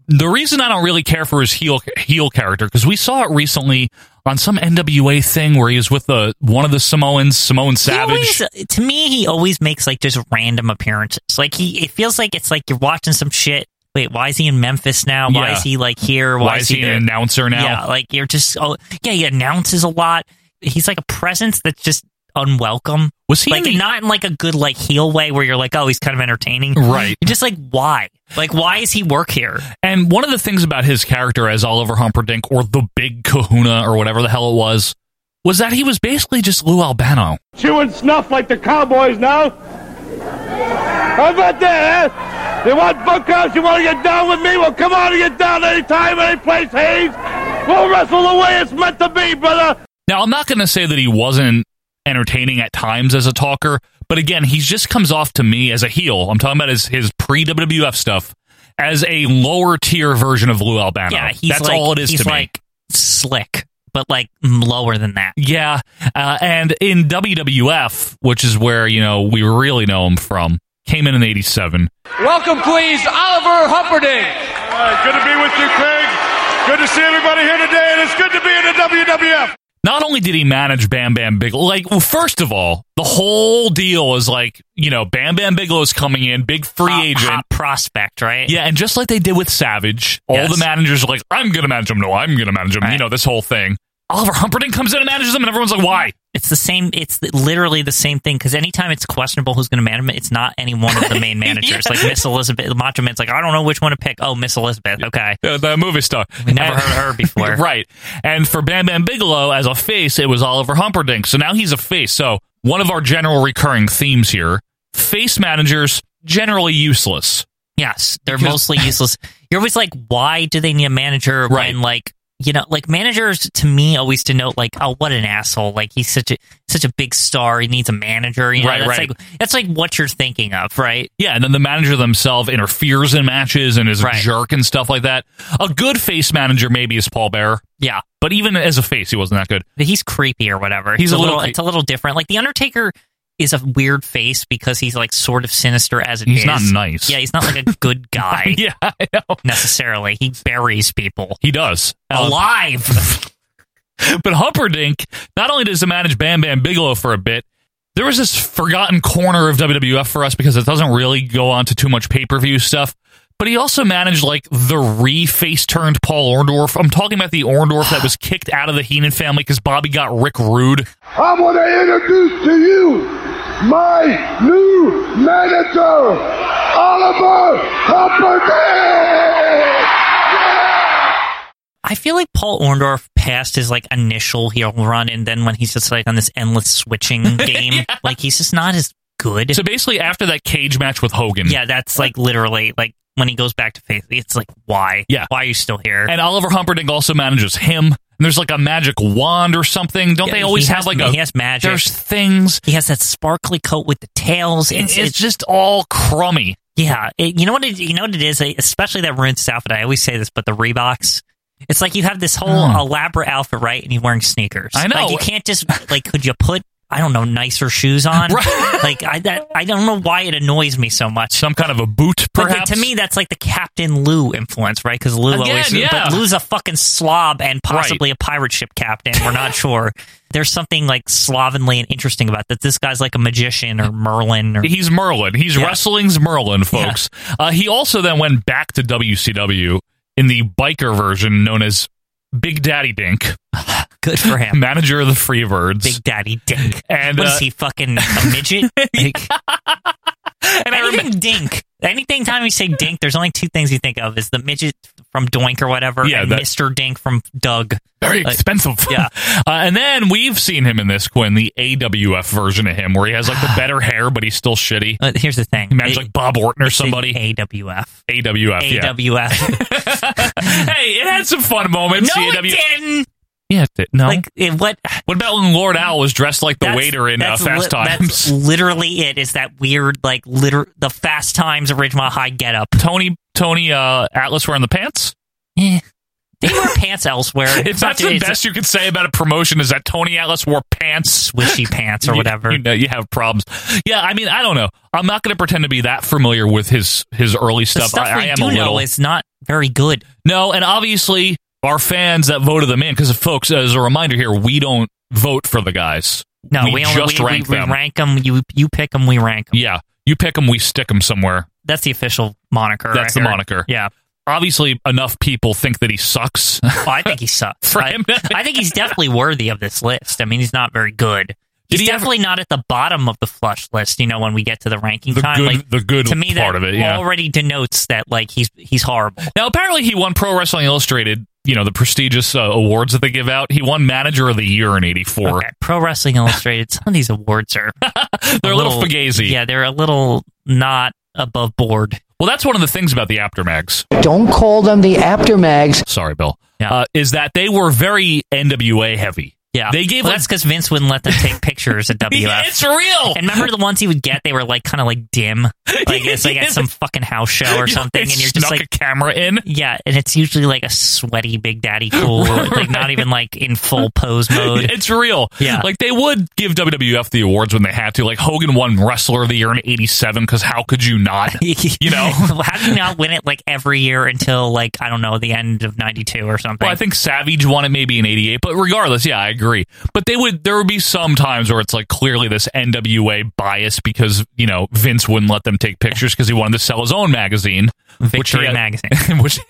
The reason I don't really care for his heel heel character because we saw it recently on some NWA thing where he was with the one of the Samoans, Samoan He Savage. always- to me, he always makes like just random appearances. Like he, it feels like it's like you're watching some shit. Wait, why is he in Memphis now? Why Yeah. is he like here? Why, Why is he there? an announcer now? Yeah, like you're just. Oh, yeah, he announces a lot. He's like a presence that's just unwelcome. Was he like in the- not in like a good like heel way where you're like, oh, he's kind of entertaining, Right. You're just like, why? Like, why is he work here? And one of the things about his character as Oliver Humperdinck or the Big Kahuna or whatever the hell it was was that he was basically just Lou Albano. Chewing snuff like the cowboys now. How about that, huh? You want book house? You want to get down with me? Well, come on and get down anytime, any place, Hayes. We'll wrestle the way it's meant to be, brother. Now, I'm not going to say that he wasn't entertaining at times as a talker, but again, he just comes off to me as a heel. I'm talking about his, his pre WWF stuff as a lower tier version of Lou Albano. Yeah, he's That's like, all it is he's to me. like slick, but like mm, lower than that. Yeah, uh, and in WWF, which is where you know we really know him from, came in in '87. Welcome, please, Oliver Humperdinck. good to be with you, Craig. Good to see everybody here today, and it's good to be in the WWF. not only did he manage Bam Bam Bigelow, like, well, first of all, the whole deal is like, you know, Bam Bam Bigelow's coming in, big free Hot- agent. hot prospect, right? Yeah, and just like they did with Savage, all Yes. the managers are like, I'm going to manage him. No, I'm going to manage him. You know, this whole thing. Oliver Humperdinck comes in and manages him, and everyone's like, why? It's the same. It's the- literally the same thing because anytime it's questionable who's going to manage it, it's not any one of the main managers. Like Miss Elizabeth, Macho Man's like, I don't know which one to pick. Oh, Miss Elizabeth. Okay, Uh, the movie star. we never And- heard of her before. right. And for Bam Bam Bigelow as a face, it was Oliver Humperdinck. So now he's a face. So one of our general recurring themes here face managers generally useless. Yes, they're Because- mostly useless. You're always like, why do they need a manager Right. when like you know, like managers to me always denote like, oh, what an asshole! Like he's such a such a big star. He needs a manager. You know, Right, that's right. like that's like what you're thinking of, right? Yeah, and then the manager themselves interferes in matches and is a Right. jerk and stuff like that. A good face manager maybe is Paul Bearer, Yeah. but even as a face, he wasn't that good. he's creepy or whatever. He's It's a little cre- it's a little different. Like the Undertaker is a weird face because he's like sort of sinister as it is. He's not nice. Yeah, he's not like a good guy Yeah, I know. necessarily. He buries people He does. Uh, alive. But Humperdinck, not only does he manage Bam Bam Bigelow for a bit, there was this forgotten corner of WWF for us because it doesn't really go on to too much pay per view stuff. But he also managed like the re face turned Paul Orndorff. I'm talking about the Orndorff that was kicked out of the Heenan family because Bobby got Rick Rude. I want to introduce to you my new manager, Oliver Humperdinck. I feel like Paul Orndorff passed his like initial heel run, and then when he's just like on this endless switching game, like he's just not as good. So basically, after that cage match with Hogan, yeah, that's like literally like when he goes back to face, it's like why, Yeah. why are you still here? and Oliver Humperdinck also manages him. And there's like a magic wand or something. Don't Yeah, they always he have has- like a? he has magic. There's things. He has that sparkly coat with the tails. It- it's just all crummy. Yeah, it, you know what? It, you know what it is, especially that rinsed outfit. I always say this, but the Reeboks. It's like you have this whole Hmm. elaborate outfit, right? And you're wearing sneakers. I know. Like you can't just like. Could you put I don't know nicer shoes on? Like I that I don't know why it annoys me so much. Some kind of a boot, But like, perhaps. to me, that's like the Captain Lou influence, right? Because Lou Again, always, yeah. but Lou's a fucking slob and possibly a pirate ship captain. We're not sure. There's something like slovenly and interesting about that. This guy's like a magician or Merlin or He's Merlin. He's Yeah. wrestling's Merlin, folks. Uh, he also then went back to WCW in the biker version known as Big Daddy Dink, good for him. manager of the Freebirds. Big Daddy Dink. And, what is uh, he fucking a midget? Like, anything Dink. Anything time you say Dink, there's only two things you think of: is the midget from Doink or whatever, Yeah, and that- Mister Dink from Doug. very Like, expensive. yeah. Uh, and then we've seen him in this Quinn, the AWF version of him, where he has like the better hair, but he's still shitty. Uh, here's the thing: Imagine like Bob Orton or somebody. AWF. AWF. Yeah. AWF. hey, it had some fun moments. no, it AW. didn't. Yeah, it did. No. Like it, what? what about when Lord Al was dressed like the that's- waiter in uh, that's Fast li- Times? That's literally it. Is that weird? Like liter the Fast Times of Ridgemont High get up. Tony Tony uh, Atlas wearing the pants. Eh. They wear pants elsewhere. If not that's to- the it's- best you could say about a promotion is that Tony Atlas wore pants, swishy pants or You- whatever. You, know, you have problems. Yeah, I mean, I don't know. I'm not going to pretend to be that familiar with his his early the stuff. stuff, I, we I am do a little. know is not very good. No, and obviously our fans that voted them in, because folks, as a reminder here, we don't vote for the guys. No, we, we, only just we, rank we, them. We rank them. You you pick them. We rank 'em. yeah, you pick them, we stick them somewhere. That's the official moniker. That's right the here. moniker. Yeah, Obviously, enough people think that he sucks. well, I think he sucks. For I, him. I think he's definitely worthy of this list. I mean, he's not very good. He's he ever- definitely not at the bottom of the flush list. You know, when we get to the ranking The time, good- like the good to me part of that it, yeah. already denotes that like he's he's horrible. now, apparently, he won Pro Wrestling Illustrated. You know the prestigious uh, awards that they give out. He won Manager of the Year in '84. Okay, Pro Wrestling Illustrated. Some of these awards are They're a little, fugazi. Yeah, they're a little not above board. Well, that's one of the things about the Aftermags. Don't call them the aftermags. Sorry, Bill. Yeah. Uh, is that they were very NWA heavy. Yeah, They gave well, like- that's because Vince wouldn't let them take pictures at WF. It's real. and remember the ones he would get? They were like kind of like dim, like it's like at some fucking house show or They something, and you're just snuck like, a camera in. yeah. And it's usually like a sweaty Big Daddy cool, like not even like in full pose mode. It's real. Yeah. Like they would give WWF the awards when they had to. Like Hogan won Wrestler of the Year in '87 because how could you not? You know. how do you not win it like every year until like I don't know the end of '92 or something? Well, I think Savage won it maybe in '88, but regardless, yeah, I agree. But they would there would be some times where it's like clearly this NWA bias because you know Vince wouldn't let them take pictures because he wanted to sell his own magazine, Victory he had- magazine. which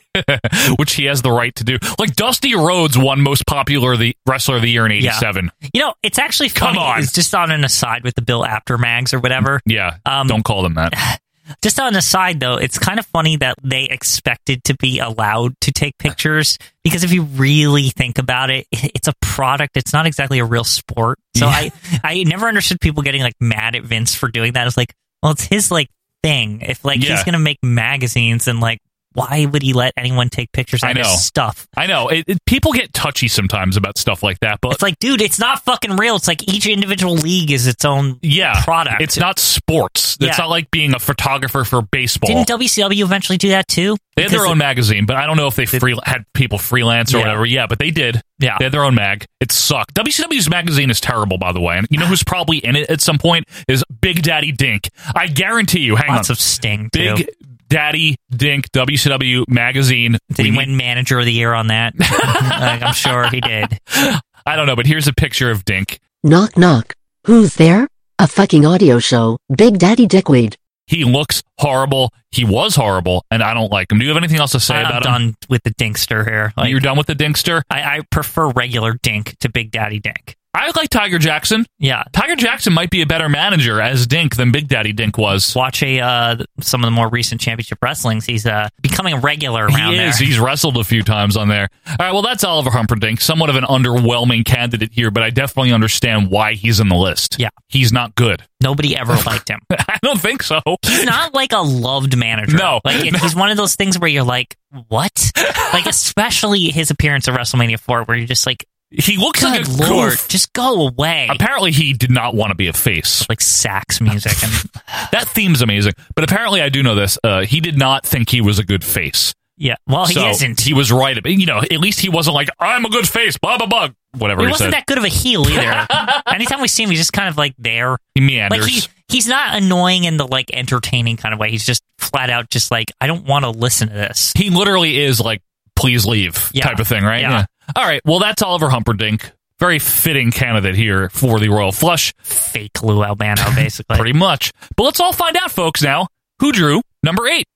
which he has the right to do. Like Dusty Rhodes won most popular the wrestler of the year in '87. You know, it's actually Come funny. on. It's just on an aside with the Bill After mags or whatever. Yeah, Um, don't call them that. Just on an aside, though, it's kind of funny that they expected to be allowed to take pictures because if you really think about it, it's a product. It's not exactly a real sport. So I, I never understood people getting like mad at Vince for doing that. It's like, well, it's his like thing. If like Yeah. he's gonna make magazines and like, why would he let anyone take pictures of I know. his stuff? I know it, it- people get touchy sometimes about stuff like that, but It's like, dude, it's not fucking real. It's like each individual league is its own yeah, product. It's not sports. It's Yeah. not like being a photographer for baseball. Didn't WCW eventually do that too? They had their Because- own magazine, but I don't know if they free- had people freelance or Yeah. whatever. Yeah, but they did. Yeah. They had their own mag. It sucked. WCW's magazine is terrible, by the way. And you know who's probably in it at some point is Big Daddy Dink. I guarantee you. Hang Lots on. of sting. Too. Big Daddy Dink WCW magazine. Did he We win manager of the year on that? like, I'm sure he did. need- I don't know, but here's a picture of Dink. Knock knock. Who's there? A fucking audio show, Big Daddy Dickweed. He looks horrible. He was horrible, and I don't like him. Do you have anything else to say I'm about done him? with the Dinkster here. Like, You're done with the Dinkster. I, I prefer regular Dink to Big Daddy Dink. I like Tiger Jackson. Yeah. Tiger Jackson might be a better manager as Dink than Big Daddy Dink was. Watch a uh, some of the more recent championship wrestlings. He's uh, becoming a regular around he is. there. He's wrestled a few times on there. All right, well, that's Oliver Humperdinck, somewhat of an underwhelming candidate here, but I definitely understand why he's in the list. Yeah. He's not good. Nobody ever Oh liked him. I don't think so. He's not like a loved manager. No. Like it, he's one of those things where you're like, what? like especially his appearance at WrestleMania 4 where you're just like, He looks like good a lord, goof. just go away. Apparently, he did not want to be a face. like sax music and That theme's amazing. But apparently, I do know this. Uh, he did not think he was a good face. yeah. Well, So Oh, he isn't. He was right. about- You know, at least he wasn't like, I'm a good face, blah, blah, blah, whatever he he, wasn't said. that good of a heel either. Anytime we see him, he's just kind of like there. he meanders. Like he, he's not annoying in the like entertaining kind of way. He's just flat out just like I don't want to listen to this. he literally is like, please leave Yeah. type of thing, right? Yeah. All right. Well, that's Oliver Humperdinck. Very fitting candidate here for the Royal Flush, Fake Lou Albano, basically. pretty much. But let's all find out, folks, now who drew number eight.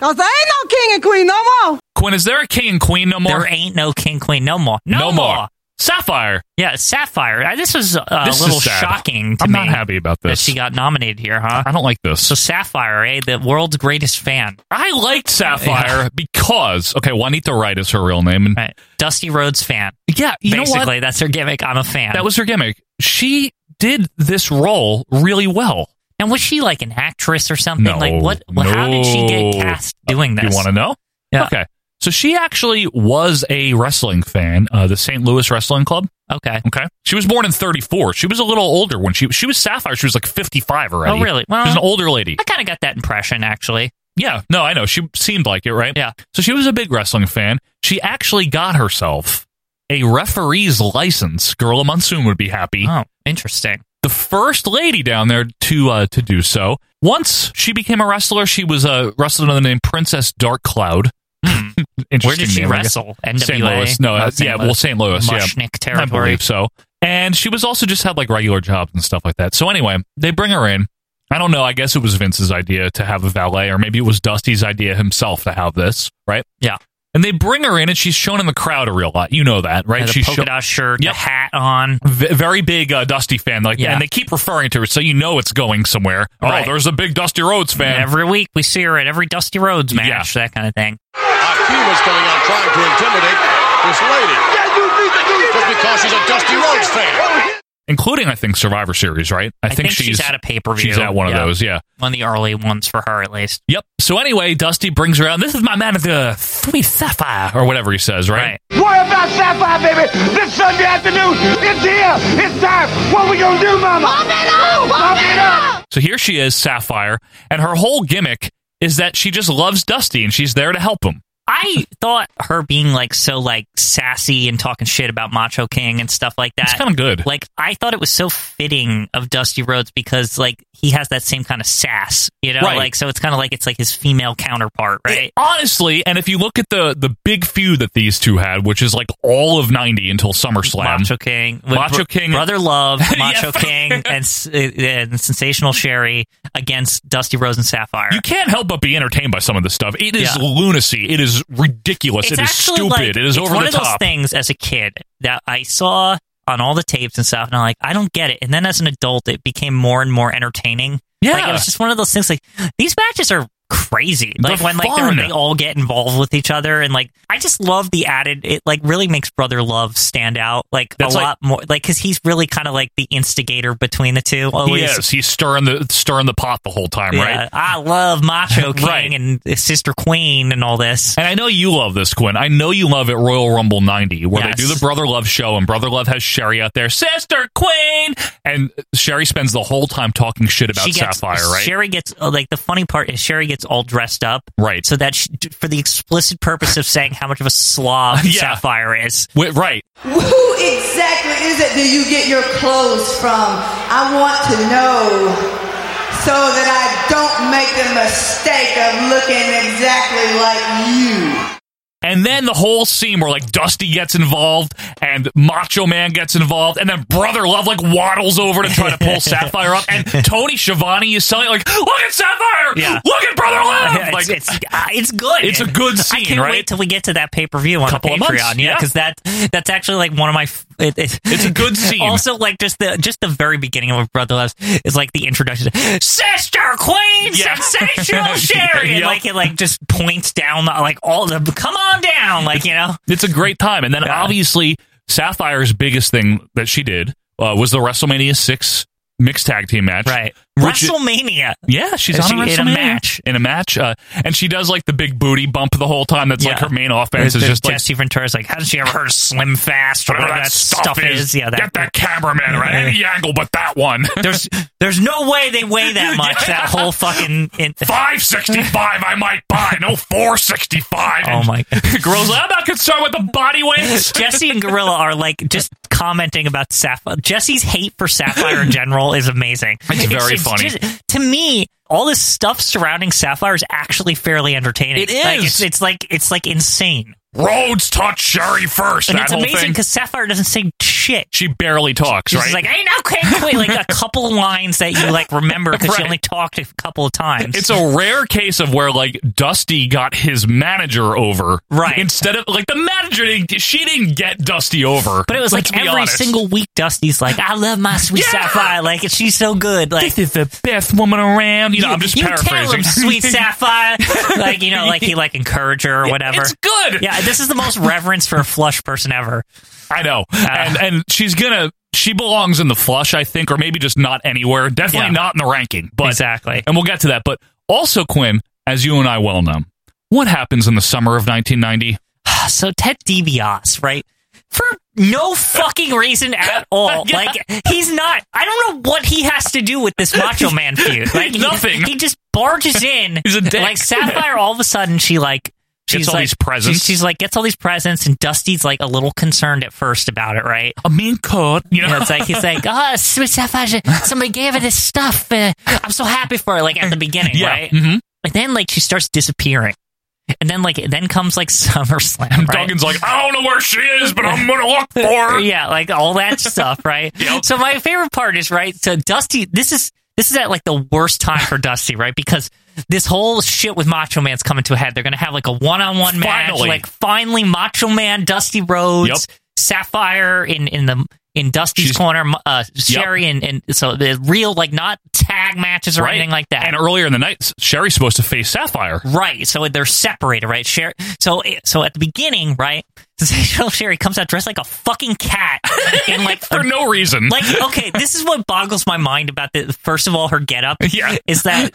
Cause there ain't no king and queen no more. Quinn, is there a king and queen no more? There ain't no king queen no more. No, No more. Sapphire. Yeah, Sapphire. I, this was uh, This a is little sad. shocking to I'm me not happy about that this. she got nominated here, huh? I don't like this. So Sapphire, eh, the world's greatest fan. I liked Sapphire because okay, Juanita Wright is her real name, and Right. Dusty Rhodes fan. yeah, you know what? Basically, that's her gimmick. I'm a fan. That was her gimmick. She did this role really well. and was she like an actress or something? No, like what? How did she get no. cast doing this? You want to know? Yeah. Okay, so she actually was a wrestling fan, uh, the St. Louis Wrestling Club. Okay. Okay, she was born in '34. She was a little older when she she was Sapphire. She was like 55 already. Oh, really? she was an Well, older lady. I kind of got that impression actually. Yeah, no, I know. She seemed like it, right? Yeah. So she was a big wrestling fan. She actually got herself a referee's license. Gorilla Monsoon would be happy. Oh, interesting. The first lady down there to uh, to do so. Once she became a wrestler, she was uh, wrestled under the name Princess Dark Cloud. Interesting Hmm. Where did she name, I guess. wrestle? NWA. St. Louis. No, Oh, uh, St. yeah, Louis. well, St. Louis. yeah. Mushnick I territory. believe so. And she was also just had like regular jobs and stuff like that. So anyway, they bring her in. I don't know. I guess it was Vince's idea to have a valet, or maybe it was Dusty's idea himself to have this, right? Yeah. And they bring her in, and she's shown in the crowd a real lot. You know that, right? Had a she's polka shown- dot shirt, Yep. the hat on. v- very big uh, Dusty fan, like, Yeah. and they keep referring to her, so you know it's going somewhere. Right. Oh, there's a big Dusty Rhodes fan. Every week we see her at every Dusty Rhodes match, that kind of thing. Akima's coming out trying to intimidate this lady. Yeah, you need to do But because she's a Dusty Rhodes fan. including I think Survivor Series, right? I, think she's at a pay-per-view. She's at one Yeah. of those, yeah. One of the early ones for her, at least. Yep. So anyway, Dusty brings her out. This is my manager, Sweet Sapphire, or whatever he says, right? Right. Worry about Sapphire, baby. This Sunday afternoon, it's here. It's time. What we gonna do, Mama? Pump it up! Pump it up! So here she is, Sapphire, and her whole gimmick is that she just loves Dusty and she's there to help him. I thought her being like so like sassy and talking shit about Macho King and stuff like that. It's kind of good. like I thought it was so fitting of Dusty Rhodes because like he has that same kind of sass, you know, Right. like so it's kind of like it's like his female counterpart, right? Honestly, and if you look at the the big feud that these two had, which is like all of '90 until SummerSlam, Macho King, with Macho King- Brother Love, Yeah, Macho fuck. King, and, S- uh, and Sensational Sherry against Dusty Rose and Sapphire. you can't help but be entertained by some of this stuff. It is Yeah. lunacy. It is ridiculous. it's it is actually stupid. like- it is it's over one the of those top. things as a kid that I saw on all the tapes and stuff, and I'm like, I don't get it. And then as an adult, it became more and more entertaining. Yeah. like, it was just one of those things. Like these matches are crazy. They're Like when like fun. they're- they all get involved with each other, and like I just love the added. It like really makes brother love stand out like That's a like- lot more. Like because he's really kind of like the instigator between the two. Always. He is. He's stirring the stirring the pot the whole time, Yeah, right? I love Macho King Right. and Sister Queen and all this. And I know you love this, Quinn. I know you love it, Royal Rumble 90, where Yes. they do the Brother Love show, and Brother Love has Sherry out there, Sister Queen! And Sherry spends the whole time talking shit about Sapphire, right? Sherry gets oh, like the funny part is Sherry gets all dressed up, Right. So that she, for the explicit purpose of saying how much of a slob Yeah. Sapphire is. Wi- right. Who exactly is it do you get your clothes from? I want to know so that I don't make the mistake of looking exactly like you. And then the whole scene where like Dusty gets involved and Macho Man gets involved, and then Brother Love like waddles over to try to pull Sapphire up, and Tony Schiavone is selling like, look at Sapphire, Yeah. look at Brother Love, like it's, it's, uh, it's good. It's a good scene, I can't right? wait till we get to that pay per view on Couple the of Patreon. months, yeah, yeah. because that that's actually like one of my. f- It, it- It's a good scene. Also, like just the just the very beginning of Brother Loves is like the introduction. to, Sister Queen Yeah. Sensational Sherry, and Yep. like it like just points down the, like all the come on down, like you know. It's a great time. And then obviously, Sapphire's biggest thing that she did uh, was the WrestleMania 6 mixed tag team match. Right. WrestleMania. yeah, she's Is on a she WrestleMania. in a match. In a match. Uh, and she does like the big booty bump the whole time. That's like her Yeah. main offense is There's just like. Jesse Ventura's like, how did she ever heard of Slim Fast or whatever that, stuff, is? Yeah, that, Get that cameraman or any angle but that one. there's there's no way they weigh that much. That whole fucking in, 565 I might buy, no 465. Oh my Girls, like, I'm not concerned with the body weight. Jesse and Gorilla are like just commenting about Sapphire. Jesse's hate for Sapphire in general is amazing. It's very funny. to me, all this stuff surrounding Sapphire is actually fairly entertaining. It Like, is. it's, it's like it's like insane. Rhodes touched Sherry first. And that it's whole amazing thing. because Sapphire doesn't say shit. she barely talks, She's right? just like, hey, now can't quit. Like a couple lines that you like remember because she Right. only talked a couple of times. it's a rare case of where like Dusty got his manager over, Right. Instead of like the manager, didn't, she didn't get Dusty over, But it was Let's like be every honest. single week, Dusty's like, "I love my sweet Yeah! sapphire. Like she's so good. Like This is the best woman around. You know, I'm just you Tell paraphrasing. him, sweet sapphire. like you know, like he like encouraged her or whatever. It's good. Yeah, this is the most reverence for a flush person ever. I know, Ah. and and she's gonna. She belongs in the flush, I think, or maybe just not anywhere. Definitely Yeah. not in the ranking. But Exactly. and we'll get to that. But also, Quinn, as you and I well know, what happens in the summer of 1990? So Ted DiBiase, right? For no fucking reason at all. Yeah. Like he's not. I don't know what he has to do with this Macho Man feud. Like he- Nothing. He just barges in. He's a dick. Like Sapphire, all of a sudden, she like. She's Gets all like, these presents. She's, she's like gets all these presents, and Dusty's like a little concerned at first about it, right? A mean coat, you know. You know, it's like he's like, oh, sweet sapphire, somebody gave her this stuff. Uh, I'm so happy for her. Like at the beginning, Yeah. right? Mhm. And then like she starts disappearing, and then like then comes like SummerSlam, And right? Duggan's like, I don't know where she is, but I'm gonna look for her. yeah, like all that stuff, right? Yep. So my favorite part is right. So Dusty, this is this is at like the worst time for Dusty, right? Because this whole shit with Macho Man's coming to a head. They're gonna have like a one on one match, Finally. like finally Macho Man, Dusty Rhodes, Sapphire in in the in Dusty's She's- corner, uh, Sherry, and and so the real like not tag matches or anything like that. And earlier in the night, Sherry's supposed to face Sapphire. Right. So they're separated, right? Sher- so so at the beginning, right? Sensational Sherry comes out dressed like a fucking cat in like For a- no reason. like okay, this is what boggles my mind about the first of all her getup. Yeah. Is that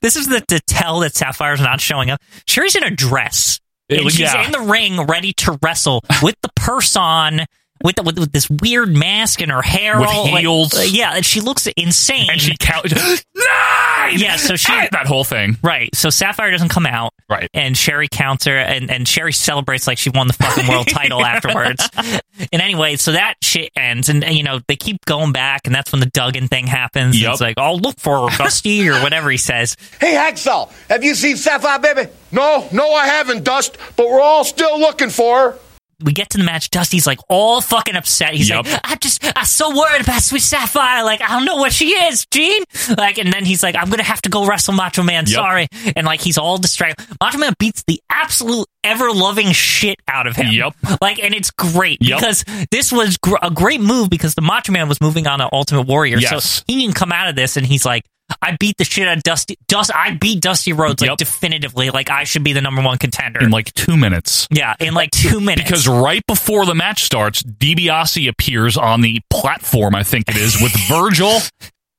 this is the to tell that Sapphire's not showing up. Sherry's in a dress. It- and she's yeah. in the ring ready to wrestle with the purse on. With, the, with, with this weird mask and her hair With all like- heels. yeah, and she looks insane. and she count nine. Yeah, so she- Ah, that whole thing. Right. So Sapphire doesn't come out. Right. And Sherry counts her, and, and Sherry celebrates like she won the fucking world title afterwards. And anyway, so that shit ends, and, and, you know they keep going back, and that's when the Duggan thing happens. Yep. It's like, I'll look for her, Dusty, or whatever he says. Hey, Hacksaw, have you seen Sapphire Baby? No, no, I haven't, Dust, but we're all still looking for her. We get to the match. Dusty's like all fucking upset. He's Yep. like, I'm just, I'm so worried about Sweet Sapphire. Like, I don't know where she is, Gene. Like, and then he's like, I'm gonna have to go wrestle Macho Man. Yep. Sorry. And like, he's all distracted. Macho Man beats the absolute ever loving shit out of him. Yep. Like, and it's great Yep. because this was gr- a great move because the Macho Man was moving on to Ultimate Warrior, Yes. so he can come out of this and he's like. I beat the shit out of Dusty. Dust. I beat Dusty Rhodes like Yep. definitively. Like I should be the number one contender. In like two minutes. yeah, in like two minutes. Because right before the match starts, DiBiase appears on the platform, I think it is, with Virgil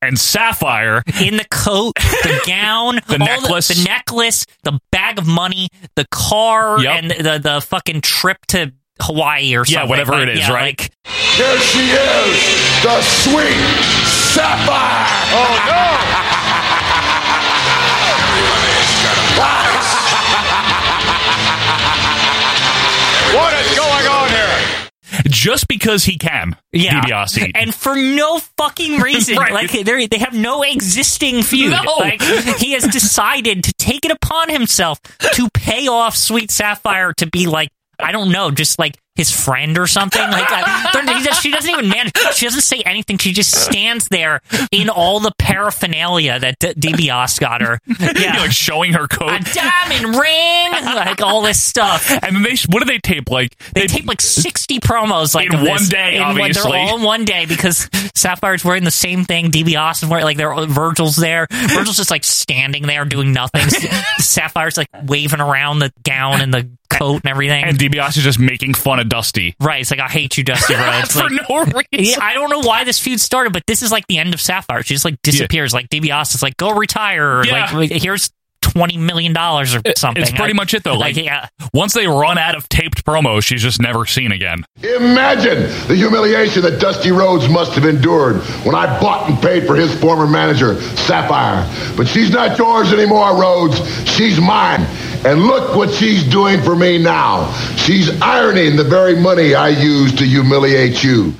and Sapphire. in the coat, the gown, all necklace. the, the necklace, the bag of money, the car, Yep. and the, the the fucking trip to Hawaii or something. Yeah, whatever Like, it is, yeah, right? like- There she is, the sweet Sapphire. Oh, no. what is going on here? just because he can. Yeah. DiBiase. And for no fucking reason. Right. Like they they have no existing feud. No. Like he has decided to take it upon himself to pay off Sweet Sapphire to be like I don't know, just like his friend or something. Like uh, they're- he does- she doesn't even manage. She doesn't say anything. She just stands there in all the paraphernalia that D- DiBiase got her. You know, Yeah. like showing her coat. A diamond ring, like all this stuff. And then they what do they tape like They, tape like sixty promos like In of one this. day, one- obviously. they're all in one day because Sapphire's wearing the same thing. DiBiase is wearing like they're Virgil's there. Virgil's just like standing there doing nothing. S- Sapphire's like waving around the gown and the coat and everything. and DiBiase is just making fun of Dusty. right, it's like I hate you, Dusty Rhodes. For Like, no reason. yeah, I don't know why this feud started, but this is like the end of Sapphire. She just like disappears. Like DiBiase is like, go retire. Or, Yeah. Like here's twenty million dollars or something. It's pretty Like- much it though. Like, yeah. once they run out of taped promos, she's just never seen again. Imagine the humiliation that Dusty Rhodes must have endured when I bought and paid for his former manager, Sapphire. But she's not yours anymore, Rhodes. She's mine. And look what she's doing for me now. She's ironing the very money I used to humiliate you.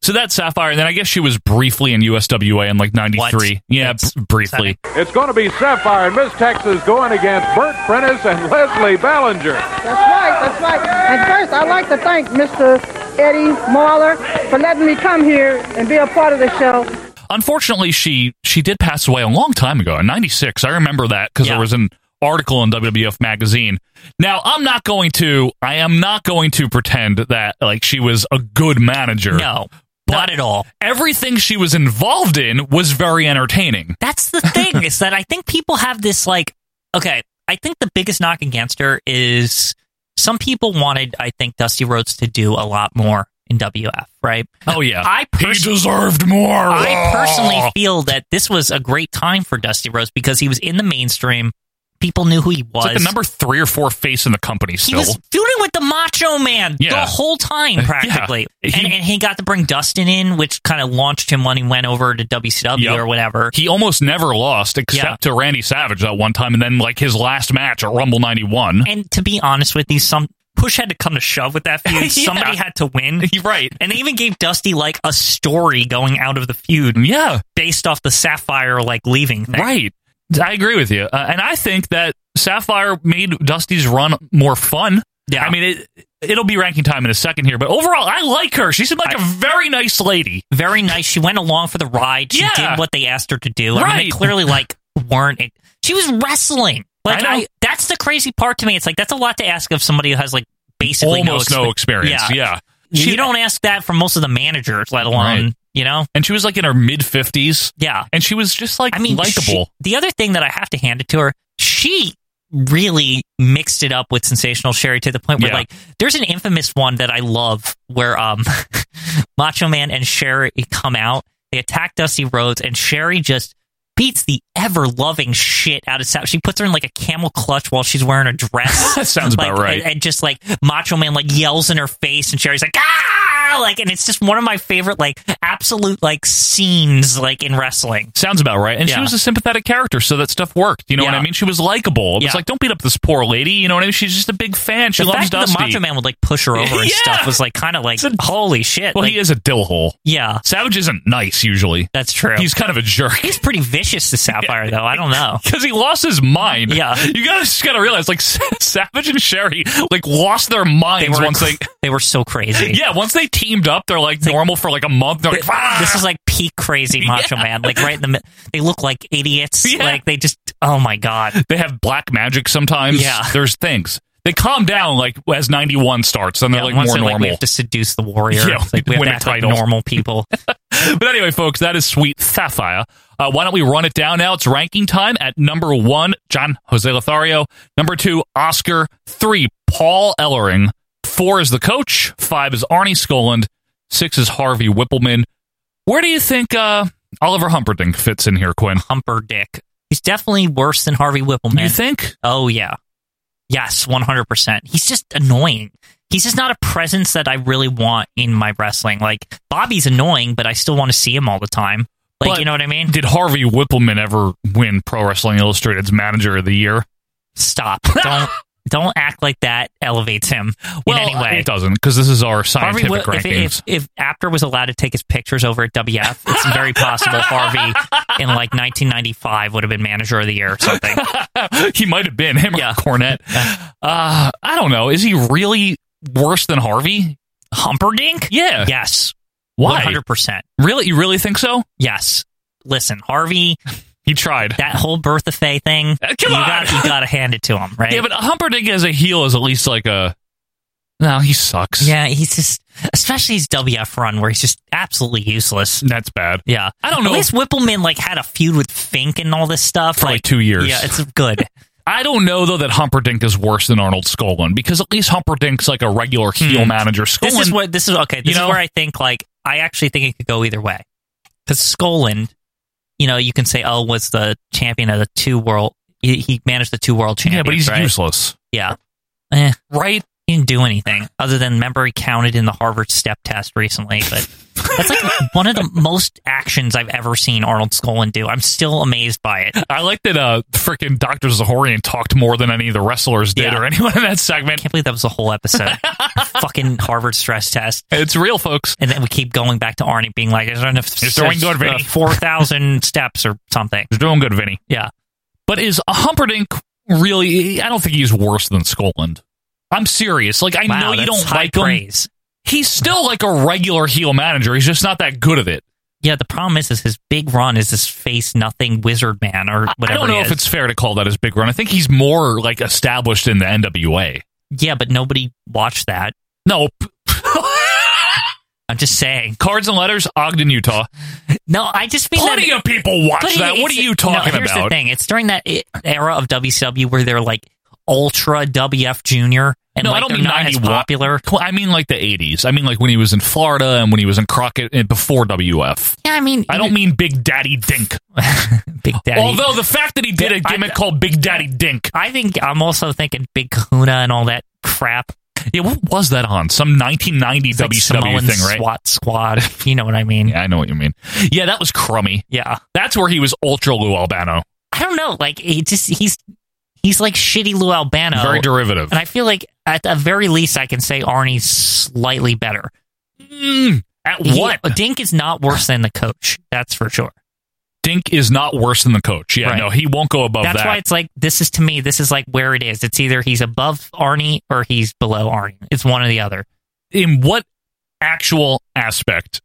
So that's Sapphire, and then I guess she was briefly in USWA in like '93. Yeah, b- briefly. It's going to be Sapphire and Miss Texas going against Bert Prentice and Leslie Ballinger. That's right, that's right. And first, I'd like to thank Mr. Eddie Marler for letting me come here and be a part of the show. Unfortunately, she she did pass away a long time ago in '96. I remember that because there was an article in WWF magazine. Now I'm not going to I am not going to pretend that like she was a good manager. No, not at all. Everything she was involved in was very entertaining. That's the thing is that I think people have this like okay, I think the biggest knock against her is some people wanted I think Dusty Rhodes to do a lot more in WF, right? Oh yeah, I pers- he deserved more. Oh, I personally feel that this was a great time for Dusty Rhodes because he was in the mainstream. People knew who he It's was. like the number three or four face in the company he still. was feuding with the Macho Man Yeah. the whole time, Yeah. practically. and, and he got to bring Dustin in, which kind of launched him when he went over to WCW Yep. or whatever. He almost never lost except to Randy Savage that one time, and then like his last match at Rumble '91. And to be honest with you, some push had to come to shove with that feud. Yeah. Somebody had to win. Right. And they even gave Dusty like a story going out of the feud. Yeah. Based off the Sapphire like leaving thing. Right. I agree with you, uh, and I think that Sapphire made Dusty's run more fun. Yeah. I mean, it, it'll be ranking time in a second here, but overall, I like her. She seemed like a very nice lady. Very nice. She went along for the ride. She Yeah. did what they asked her to do. I mean, Right. they clearly like weren't it. She was wrestling. Like I know. I, that's the crazy part to me. It's like that's a lot to ask of somebody who has like basically Almost no, no experience. Yeah. You- She- you don't ask that from most of the managers, let alone Right. you know. And she was like in her mid fifties. Yeah. And she was just like I mean, likable. she- the other thing that I have to hand it to her, she really mixed it up with sensational Sherry to the point where Yeah. like there's an infamous one that I love where um Macho Man and Sherry come out, they attack Dusty Rhodes, and Sherry just beats the ever loving shit out of Sap. She puts her in like a camel clutch while she's wearing a dress. That sounds about Like, right. And, and just like Macho Man like yells in her face and Sherry's like, ah like and it's just one of my favorite like absolute like scenes like in wrestling. Sounds about right. And she Yeah. was a sympathetic character, so that stuff worked. You know what Yeah. I mean? She was likable. It was Yeah. like, don't beat up this poor lady. You know what I mean? She's just a big fan. She the loves fact that Dusty. the Macho Man would like push her over and Yeah. stuff was like kind of like holy shit. well, like, he uh, is a dill hole. Yeah, Savage isn't nice usually. that's true. He's kind of a jerk he's pretty vicious to Sapphire though. I don't know. because he lost his mind. Yeah. you gotta just gotta realize like Savage and Sherry like lost their They minds were once they. they were so crazy. Yeah, once they teamed up, they're like normal for like a month. They're like, "Ah!" This is like peak crazy Macho Man. Like right in the mid they look like idiots. Yeah. Like they just oh my god. they have black magic sometimes. Yeah. There's things. They calm down like as 91 starts, then they're Yeah, like once more they're normal. Like, we have to seduce the warrior. Yeah, It's like we have win to a act like title. normal people. but anyway, folks, that is Sweet Sapphire. Uh, why don't we run it down now? It's ranking time at number one, John Jose Lothario. Number two, Oscar. Three, Paul Ellering. Four is the coach. Five is Arnie Skoland. Six is Harvey Whippleman. Where do you think uh, Oliver Humperdinck fits in here, Quinn? Humperdick. He's definitely worse than Harvey Whippleman. You think? Oh yeah. Yes, 100%. He's just annoying. He's just not a presence that I really want in my wrestling. Like Bobby's annoying, but I still want to see him all the time. Like, But you know what I mean? Did Harvey Whippleman ever win Pro Wrestling Illustrated's Manager of the Year? Stop. Don't Don't act like that elevates him Well, in any way. it doesn't because this is our Harvey scientific Wil- if, rankings. if, if Apter was allowed to take his pictures over at WF, it's very possible Harvey in like 1995 would have been manager of the year or something. he might have been him or Cornette. Uh, I don't know. Is he really worse than Harvey? Humperdink? Yeah. Yes. Why? 100%. Really? You really think so? Yes. Listen, Harvey, he tried. That whole Bertha Fay thing. Uh, come you on. Got, you got to hand it to him, right? Yeah, but Humperdinck as a heel is at least like a. No, he sucks. Yeah, he's just especially his WF run where he's just absolutely useless. That's bad. Yeah, I don't know At least Whippleman like had a feud with Fink and all this stuff For like two years. Yeah, it's good. I don't know though that Humperdinck is worse than Arnold Skolin because at least Humperdinck's like a regular heel Hmm. manager. Skolin, this is what this is okay. This know- is where I think like I actually think it could go either way because Skoland, you know, you can say oh was the champion of the two world. He, he managed the two world champions. yeah, but he's right? useless. Yeah. Eh, right? He didn't do anything other than remember he counted in the Harvard step test recently, but that's like one of the most actions I've ever seen Arnold Skolin do. I'm still amazed by it. I like that uh freaking Dr. Zahorian talked more than any of the wrestlers did Yeah. or anyone in that segment. I can't believe that was the whole episode. Fucking Harvard stress test. It's real, folks. And then we keep going back to Arnie being like, I don't know if You're doing good, uh, Vinny. 4,000 steps or something. You're doing good, Vinny. Yeah. But is Humperdinck really? I don't think he's worse than Scotland. I'm serious. Like I Wow, know you that's don't high like praise. him. He's still like a regular heel manager. He's just not that good at it. Yeah, the problem is, is his big run is this face nothing wizard man or I whatever don't know he if is. it's fair to call that his big run. I think he's more like established in the NWA. Yeah, but nobody watched that. No, I'm just saying. cards and letters, Ogden, Utah. No, I just mean Plenty that, of people watch But that. What it's- are you no, talking here's about? the thing: it's during that i- era of WCW where they're like ultra WF Junior, and no, like I don't they're mean not as 91. popular. Well, I mean like the 80s. I mean like when he was in Florida and when he was in Crockett and before WF. Yeah, I mean, I don't mean Big Daddy Dink. Big Daddy. Although the fact that he did a I- gimmick called Big Daddy Dink. I think I'm also thinking Big Kahuna and all that crap. Yeah, what was that on? Some 1990 It's like WCW Samoan thing, right? SWAT squad. You know what I mean? Yeah, I know what you mean. Yeah, that was crummy. Yeah. That's where he was ultra Lou Albano. I don't know. Like he just he's he's like shitty Lou Albano. Very derivative. And I feel like at the very least I can say Arnie's slightly better. Mm, at He- what? Dink is not worse than the coach. That's for sure. Dink is not worse than the coach. Yeah, Right. no, he won't go above That's that. why it's like this is to me. This is like where it is. It's either he's above Arnie or he's below Arnie. It's one or the other. In what actual aspect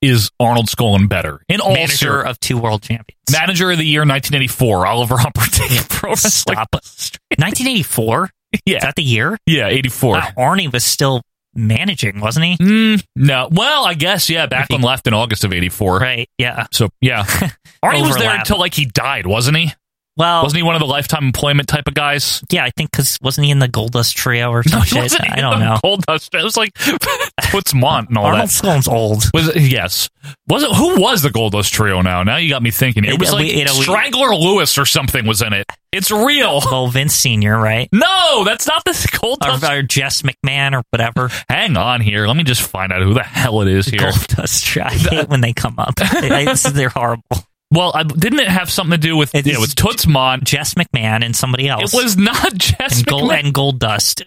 is Arnold Skolin better? In all Manager ser- of two world champions. Manager of the Year 1984, Oliver Humperdinck. Pro Wrestling. Stop. 1984. Yeah. Is that the year? Yeah, 84. Wow, Arnie was still managing, wasn't he? Mm, no. Well, I guess, yeah, Backlund think- left in August of 84. Right. Yeah. So, yeah. Arnie was there Overlap. until, like, he died, wasn't he? Well, Wasn't he one of the lifetime employment type of guys? yeah, I think because wasn't he in the Goldust Trio or some No, he shit? wasn't I even don't on know. Gold Dust. It was like, what's Mont and all that? Arnold Skolin's old. Was it, yes. Was it who was the Goldust trio now? Now you got me thinking. It It- was uh, like we- it- uh, we- Strangler Lewis or something was in it. It's real. Well, Vince Senior, right? No, that's not the Goldust. Or, or Jess McMahon or whatever. Hang on here. Let me just find out who the hell it is here. Goldust Trio. I hate when they come up. They- this is- they're horrible. Well, I, didn't it have something to do with It yeah, is- with Toots Mont? Jess McMahon and somebody It else. was not Jess. and Gold McMahon. and Gold Dust.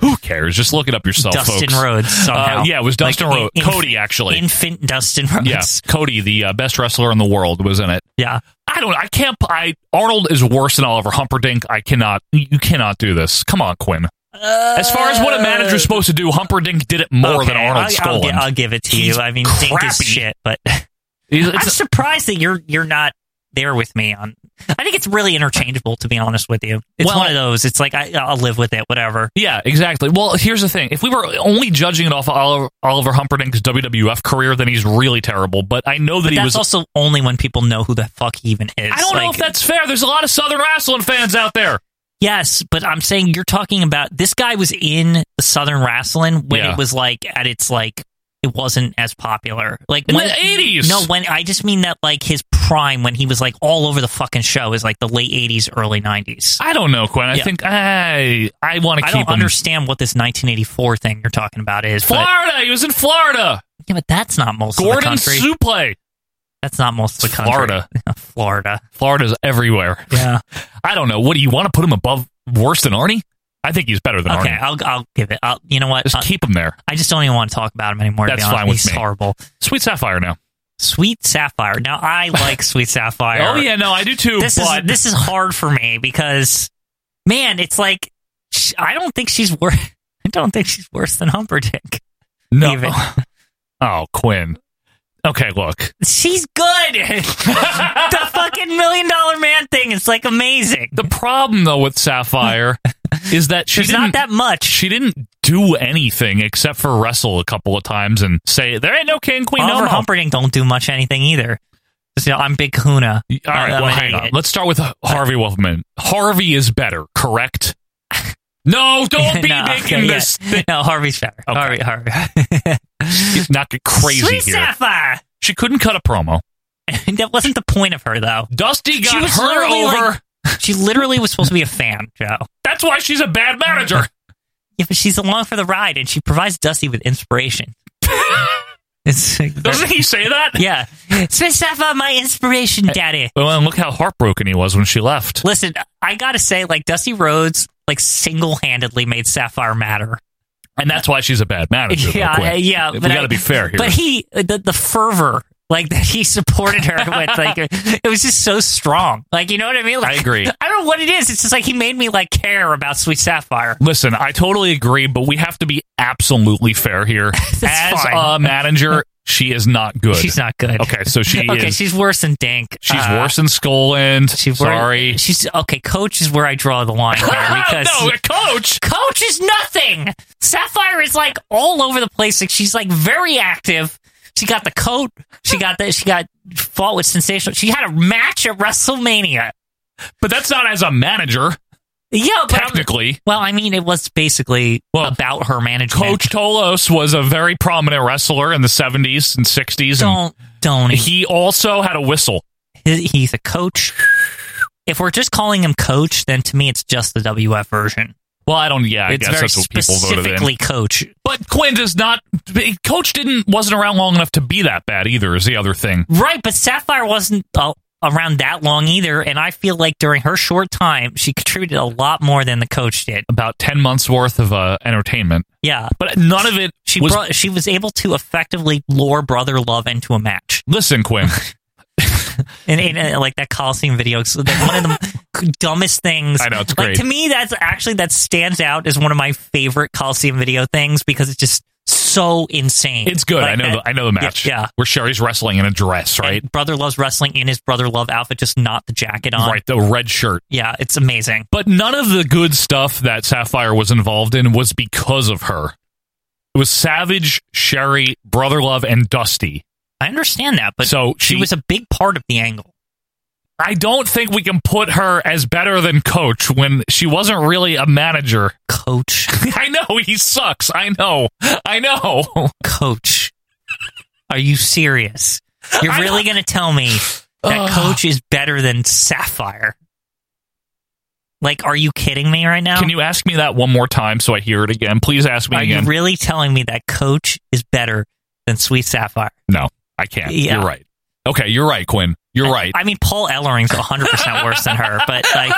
Who cares? Just look it up yourself, Dustin Oh, folks. Rhodes somehow. Uh, yeah, it was Dustin Rhodes. in- Cody, actually. Infant Dustin Rhodes. Yeah, Cody, the uh, best wrestler in the world, was in it. Yeah. I don't. I can't. I Arnold is worse than Oliver Humperdinck. I cannot. You cannot do this. Come on, Quinn. as far as what a manager's supposed to do, Humperdinck did it more Uh, Okay, than Arnold I'll, I'll, Skolin. gi- I'll give it to you. He's I mean, Dink is crappy. shit, but He's- I'm it's- surprised that you're you're not there with me on. I think it's really interchangeable, to be honest with you. It's Well- one of those. It's like I, I'll live with it, whatever. yeah, exactly. Well, here's the thing: if we were only judging it off of Oliver, Oliver Humperdinck's WWF career, then he's really terrible. But I know that But he was. that's also only when people know who the fuck he even is. I don't know Like, if that's fair. There's a lot of Southern wrestling fans out there. yes, but I'm saying you're talking about this guy was in the Southern wrestling when Yeah. it was like at its like it wasn't as popular. Like In when, the 80s. No, when I just mean that like his prime when he was like all over the fucking show is like the late 80s, early 90s. I don't know, Quinn. I Yeah. think I I want to I keep don't him. understand what this 1984 thing you're talking about is. But, Florida. He was in Florida. yeah, but that's not most of the Gordon country. Supley. that's not most of the country. Florida. Florida. Florida's everywhere. Yeah. I don't know. What do you want to put him above worse than Arnie? I think he's better than okay, Arnie. I'll, I'll give it. I'll, you know what? Just I'll- keep him there. I just don't even want to talk about him anymore. to That's be honest. fine with He's me. horrible. Sweet Sapphire now. Sweet Sapphire. Now I like Sweet Sapphire. Oh yeah, no, I do too. This but is this is hard for me because, man, it's like sh- I don't think she's worth. I don't think she's worse than Humberdick. no. Oh, Quinn. Okay, look. She's good. the fucking million dollar man thing is like amazing. The problem though with Sapphire is that she's There's not that much. She didn't do anything except for wrestle a couple of times and say there ain't no king queen Oliver no more. Humperdinck don't do much anything either. Just, you know, I'm Big Kahuna. All right, I'm well, an hang on. idiot. Let's start with Harvey Wolfman. Harvey is better, correct? No, don't be No, making okay, this. yeah. No, Harvey's better. Harvey, Harvey. He's not get crazy Sweet here. Sapphire. She couldn't cut a promo. that wasn't the point of her though. Dusty She got was her literally, over. like- she literally was supposed to be a fan, Joe. That's why she's a bad manager. Yeah, but she's along for the ride, and she provides Dusty with inspiration. it's like, Doesn't he say that? yeah, Sweet Sapphire, my inspiration, Daddy. Well, and look how heartbroken he was when she left. Listen, I gotta say, like Dusty Rhodes, like single handedly made Sapphire matter. And that's why she's a bad manager. though, yeah, Quinn. uh, yeah. We but got I- to be fair here. But he, the, the fervor, like that he supported her with, like it was just so strong. Like you know what I mean? Like, I agree. I don't know what it is. It's just like he made me like care about Sweet Sapphire. Listen, I totally agree, but we have to be absolutely fair here. As fine. a manager, she is not good. She's not good. Okay, so she okay, is. she's worse than Dink. She's Uh, worse than Skullland. She's wor- Sorry. She's okay. Coach is where I draw the line here because no, a coach. Coach is nothing. Sapphire is like all over the place. Like she's like very active. She got the coat. She got the. She got fought with sensational. She had a match at WrestleMania. But that's not as a manager, Yeah, but technically. well, I mean, it was basically Well, about her management. Coach Tolos was a very prominent wrestler in the 70s and 60s. don't don't. And He, he also had a whistle. he's a coach. If we're just calling him coach, then to me it's just the WF version. Well, I don't. Yeah, I it's guess very that's what people voted in. specifically coach. But Quinn does not. Coach didn't wasn't around long enough to be that bad either. Is the other thing. Right, but Sapphire wasn't uh, around that long either, and I feel like during her short time, she contributed a lot more than the coach did. About ten months worth of uh, entertainment, Yeah, but none of it. she was, brought, she was able to effectively lure brother love into a match, Listen, Quinn. and, and, uh, like that Coliseum video, it's like one of the dumbest things. I know, it's Like, great. to me, that's actually that stands out as one of my favorite Coliseum video things because it's just so insane. It's good. Like I know. that- the, I know the Yeah, match. yeah. where Sherry's wrestling in a dress, right? Brother loves wrestling in his brother love outfit, just not the jacket on. right, the red shirt. Yeah, it's amazing. But none of the good stuff that Sapphire was involved in was because of her. It was Savage, Sherry, Brother Love, and Dusty. I understand that, but So she she- was a big part of the angle. I don't think we can put her as better than Coach when she wasn't really a manager. Coach, I know he sucks. I know. I know. coach, are you serious? You're I really don't- going to tell me that Ugh. coach is better than Sapphire? Like, are you kidding me right now? Can you ask me that one more time so I hear it again? Please ask me are again. you really telling me that coach is better than Sweet Sapphire? no, I can't. Yeah. You're right. Okay, you're right, Quinn. You're right. I mean, Paul Ellering's 100% worse than her, but like,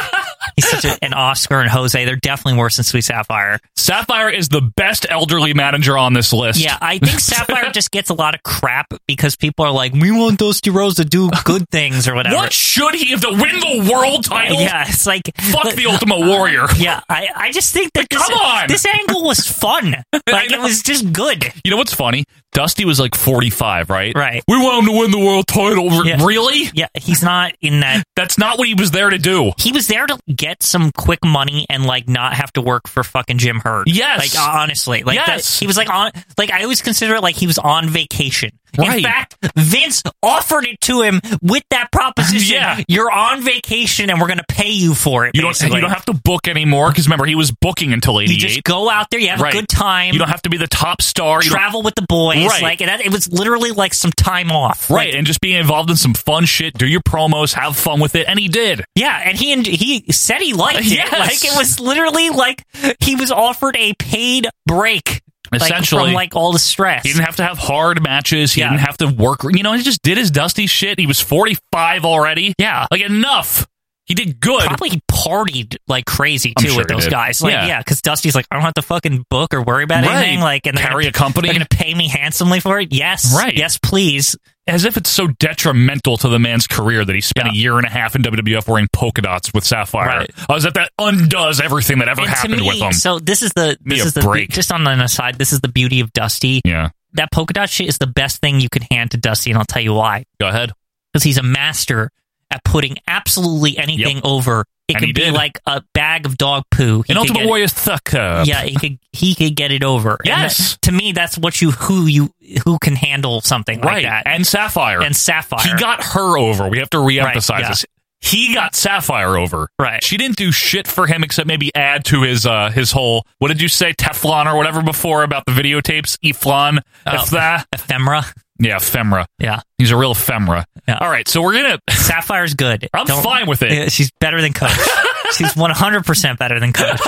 he's such a, an Oscar and Jose. They're definitely worse than Sweet Sapphire. Sapphire is the best elderly manager on this list. Yeah, I think Sapphire just gets a lot of crap because people are like, we want Dusty Rose to do good things or whatever. What should he have to win the world title? Yeah, it's like Fuck the Ultimate Warrior. Yeah, I, I just think that this, come on! this angle was fun. Like it was just good. You know what's funny? Dusty was like 45, right? Right. We want him to win the world title. R- Yeah. Really? Yeah, he's not in that. That's not what he was there to do. He was there to get some quick money and like not have to work for fucking Jim Hurd. Yes. like uh, honestly, like that- Yes. he was like on. Like I always consider it like he was on vacation. Right. In fact, Vince offered it to him with that proposition. Yeah. you're on vacation and we're gonna pay you for it. You don't, basically. you don't have to book anymore because remember, he was booking until 88. You just go out there. You have Right. a good time. You don't have to be the top star. You don't- travel with the boys. Right. Like and that, it was literally like some time off. Right, Like, and just being involved in some fun shit, do your promos, have fun with it, and he did. yeah, and he and he said he liked it. Yes. Like it was literally like he was offered a paid break. like, Essentially. from like all the stress. He didn't have to have hard matches. He Yeah. didn't have to work. You know, he just did his dusty shit. He was 45 already. Yeah. Like, enough. He did good. Probably he partied like crazy I'm too sure with he those did. guys. Like Yeah. yeah, because Dusty's like, I don't have to fucking book or worry about Right. anything. Like, and they're Carry gonna, a company. They're gonna pay me handsomely for it. Yes, Right. Yes, please. As if it's so detrimental to the man's career that he spent a year and a half in WWF wearing polka dots with Sapphire. Right. As if that undoes everything that ever And to happened me, with him. So this is the Be this a is the break. just on an aside. This is the beauty of Dusty. Yeah. that polka dot shit is the best thing you can hand to Dusty, and I'll tell you why. Go ahead. Because he's a master at putting absolutely anything over. It And could he be did. like a bag of dog poo. He An could Ultimate get it- Warrior's Thukka. Yeah, he could he could get it over. And Yes. that- to me, that's what you who you who can handle something Right. like that. And Sapphire. And Sapphire. He got her over. We have to reemphasize yeah. this. He got Sapphire over. Right. She didn't do shit for him except maybe add to his uh his whole what did you say Teflon or whatever before about the videotapes Eflon Oh, Eftha? ephemera. yeah ephemera Yeah, he's a real ephemera. All right, so we're gonna. Sapphire's good. I'm Don't- fine with it. Yeah, She's better than Coach. She's 100 percent better than Coach.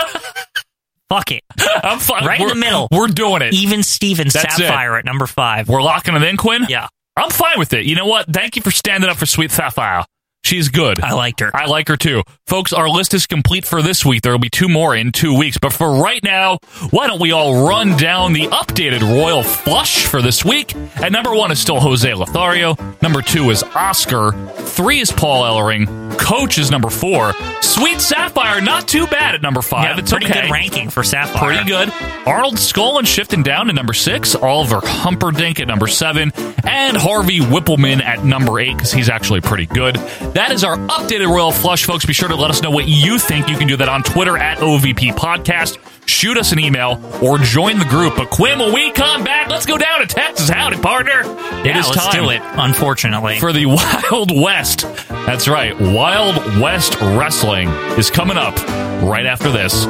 Fuck it. I'm fine. Right in We're- the middle. We're doing it. Even Steven That's it. Sapphire at number five. We're locking it in, Quinn. Yeah. I'm fine with it. You know what? Thank you for standing up for Sweet Sapphire. She's good. I liked her. I like her too. Folks, our list is complete for this week. There will be two more in two weeks. But for right now, why don't we all run down the updated Royal Flush for this week? At number one is still Jose Lothario. Number two is Oscar. Three is Paul Ellering. Coach is number four. Sweet Sapphire, not too bad at number five. Yeah, it's pretty okay. good ranking for Sapphire. Pretty good. Arnold Skolin shifting down to number six. Oliver Humperdinck at number seven. And Harvey Whippleman at number eight because he's actually pretty good. That is our updated Royal Flush, folks. Be sure to let us know what you think. You can do that on Twitter at OVP Podcast. Shoot us an email or join the group. But Quinn, when we come back, let's go down to Texas. Howdy, partner. Yeah, it is let's time do it. Unfortunately, for the Wild West. That's right. Wild West Wrestling is coming up right after this.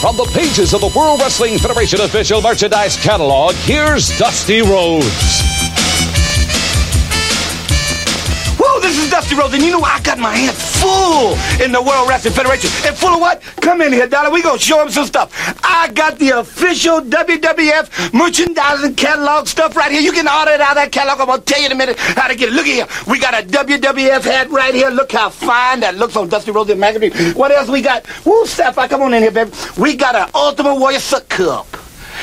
From the pages of the World Wrestling Federation official merchandise catalog, here's Dusty Rhodes. Whoa, this is Dusty Rhodes, and you know I got my hands full in the World Wrestling Federation. And full of what? Come in here, Dollar. We gonna show him some stuff. I got the official WWF merchandising catalog stuff right here. You can order it out of that catalog. I'm gonna tell you in a minute how to get it. Look here. We got a WWF hat right here. Look how fine that looks on Dusty Rhodes and magazine. What else we got? Woo, Sapphire, come on in here, baby. We got an Ultimate Warrior Suck Cup.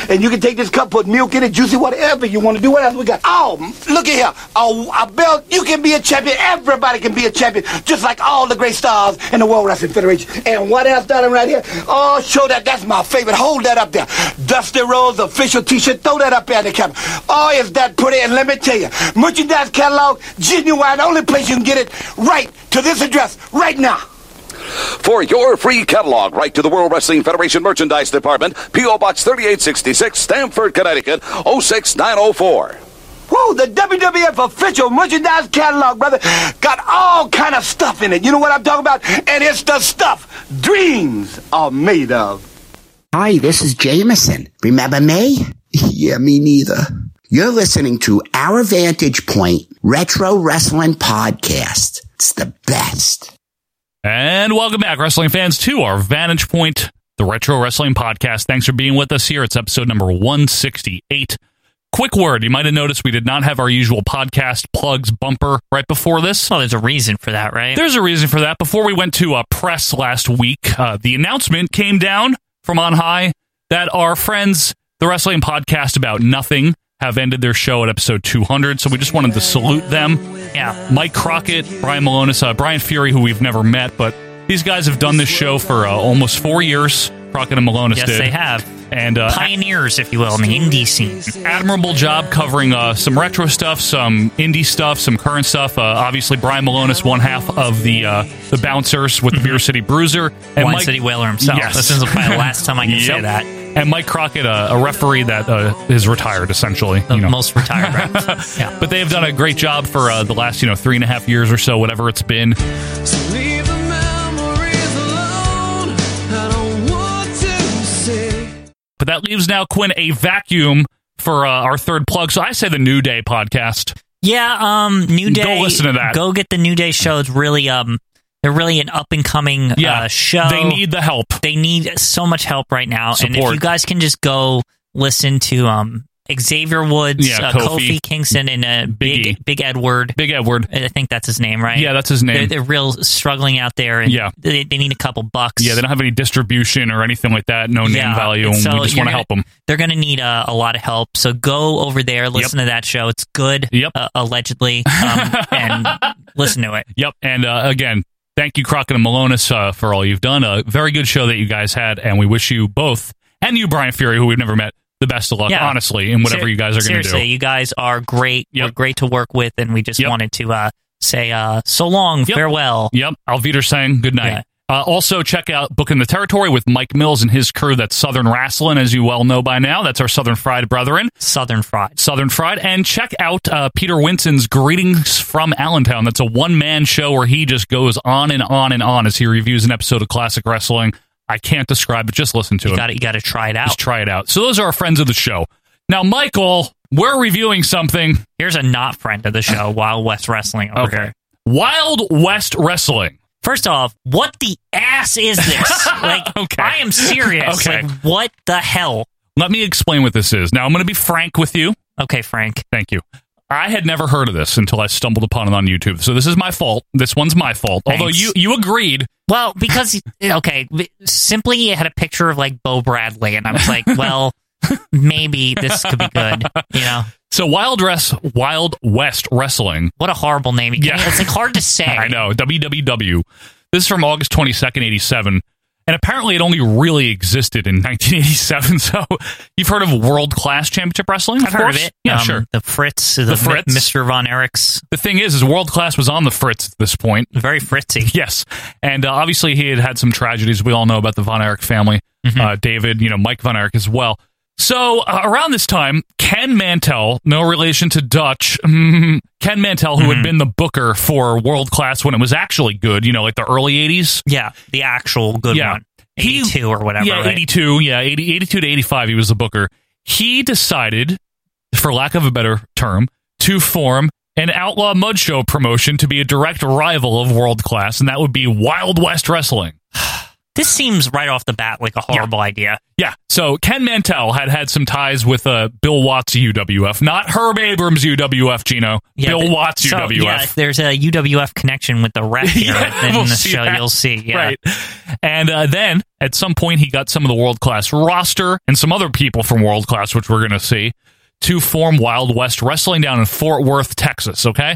And you can take this cup, put milk in it, juicy, whatever you want to do. What else we got? Oh, look at here. A, a belt. You can be a champion. Everybody can be a champion, just like all the great stars in the World Wrestling Federation. And what else, darling, right here? Oh, show that. That's my favorite. Hold that up there. Dusty Rose official t-shirt. Throw that up there in the camera. Oh, is that pretty? And let me tell you, merchandise catalog, genuine. Only place you can get it right to this address right now. For your free catalog, write to the World Wrestling Federation Merchandise Department, P.O. Box 3866, Stamford, Connecticut, 06904. Woo, the WWF official merchandise catalog, brother, got all kind of stuff in it. You know what I'm talking about? And it's the stuff dreams are made of. Hi, this is Jameson. Remember me? Yeah, me neither. You're listening to Our Vantage Point Retro Wrestling Podcast. It's the best. And welcome back, wrestling fans, to our Vantage Point, the Retro Wrestling Podcast. Thanks for being with us here. It's episode number 168. Quick word you might have noticed we did not have our usual podcast plugs bumper right before this. Well, there's a reason for that, right? There's a reason for that. Before we went to uh, press last week, uh, the announcement came down from on high that our friends, the wrestling podcast about nothing, have ended their show at episode 200. So we just wanted to salute them. Yeah. Mike Crockett, Brian Malonis, uh, Brian Fury, who we've never met, but these guys have done this show for uh, almost four years. Crockett and Malonis yes, did. they have And uh, pioneers, if you will, in the indie scene. admirable job covering uh, some retro stuff, some indie stuff, some current stuff. Uh, obviously, Brian Malonis, one half of the uh, the bouncers with the Beer City Bruiser, and Mm-hmm. Wine Mike- City Whaler himself. Yes. This is probably the last time I can say Yep. that. And Mike Crockett, uh, a referee that uh, is retired essentially. you know. Most retired. Right? but they have done a great job for uh, the last you know three and a half years or so, whatever it's been. But that leaves now Quinn a vacuum for uh, our third plug. So I say the New Day podcast. yeah. Um. New Go Day. listen to that. Go get the New Day show. It's really um. They're really an up and coming Yeah. uh, show. They need the help. They need so much help right now. And if Support. you guys can just go listen to um Xavier Woods, Yeah, uh, Kofi. Kofi. Kingston, and uh, Big E. Big Edward. Big Edward. I think that's his name, right? Yeah, that's his name. They're, they're real struggling out there, and Yeah. they, they need a couple bucks. Yeah, they don't have any distribution or anything like that. No name Yeah, value. and And so we just you're want to gonna- help them. They're going to need uh, a lot of help. So go over there, listen to that show. It's good, uh, allegedly, um, and listen to it. Yep. And uh, again, thank you, Crockett and Malonis, uh, for all you've done. A very good show that you guys had, and we wish you both and you, Brian Fury, who we've never met, the best of luck, Yeah. honestly, in whatever Ser- you guys are going to Seriously, do. you guys are great. We're great to work with, and we just wanted to uh, say uh, so long, farewell. Yep. Alviter saying good night. Uh, also, check out Booking the Territory with Mike Mills and his crew. That's Southern Wrestling, as you well know by now. That's our Southern Fried brethren. Southern Fried. Southern Fried. And check out uh, Peter Winson's Greetings from Allentown. That's a one man show where he just goes on and on and on as he reviews an episode of classic wrestling. I can't describe it. Just listen to it. You got to you got to try it out. Just try it out. So those are our friends of the show. Now, Michael, we're reviewing something. Here's a not friend of the show, Wild West Wrestling. Over Okay. here. Wild West Wrestling. First off, what the ass is this? Like, I am serious. Okay. Like, what the hell? Let me explain what this is. Now, I'm going to be frank with you. Okay, Frank. Thank you. I had never heard of this until I stumbled upon it on YouTube. So this is my fault. This one's my fault. Although Thanks. you you agreed. Well, because okay, b- simply it had a picture of like Bo Bradley, and I was like, well, maybe this could be good. You know, So Wild West Wild West Wrestling. what a horrible name. You can't- Yeah. it's like hard to say. I know. WWW. This is from August 22nd, 87. And apparently it only really existed in 1987. So you've heard of World Class Championship Wrestling? of I've heard of course? it. Yeah, Um, sure. The Fritz, the, The Fritz. Fritz, Mr. Von Erichs, The thing is, is World Class was on the fritz at this point. very fritzy. Yes. And uh, obviously he had had some tragedies. We all know about the Von Erich family. Uh, David, you know, Mike Von Erich as well. So uh, around this time, Ken Mantell, no relation to Dutch, mm, Ken Mantell, who had been the booker for World Class when it was actually good, you know, like the early 80s. Yeah, the actual good Yeah. one, eighty-two or whatever. Yeah, right? 82. Yeah, 80, 82 to 85, he was the booker. He decided, for lack of a better term, to form an outlaw mud show promotion to be a direct rival of world class, and that would be Wild West Wrestling. This seems right off the bat like a horrible idea. Yeah, so Ken Mantell had had some ties with uh, Bill Watts UWF, not Herb Abrams UWF, Gino. Yeah, Bill but- Watts so, UWF. Yeah, there's a UWF connection with the ref here in we'll the see show. that. You'll see. Yeah. Right. And uh, then at some point, he got some of the world class roster and some other people from world class, which we're going to see, to form Wild West Wrestling down in Fort Worth, Texas. Okay.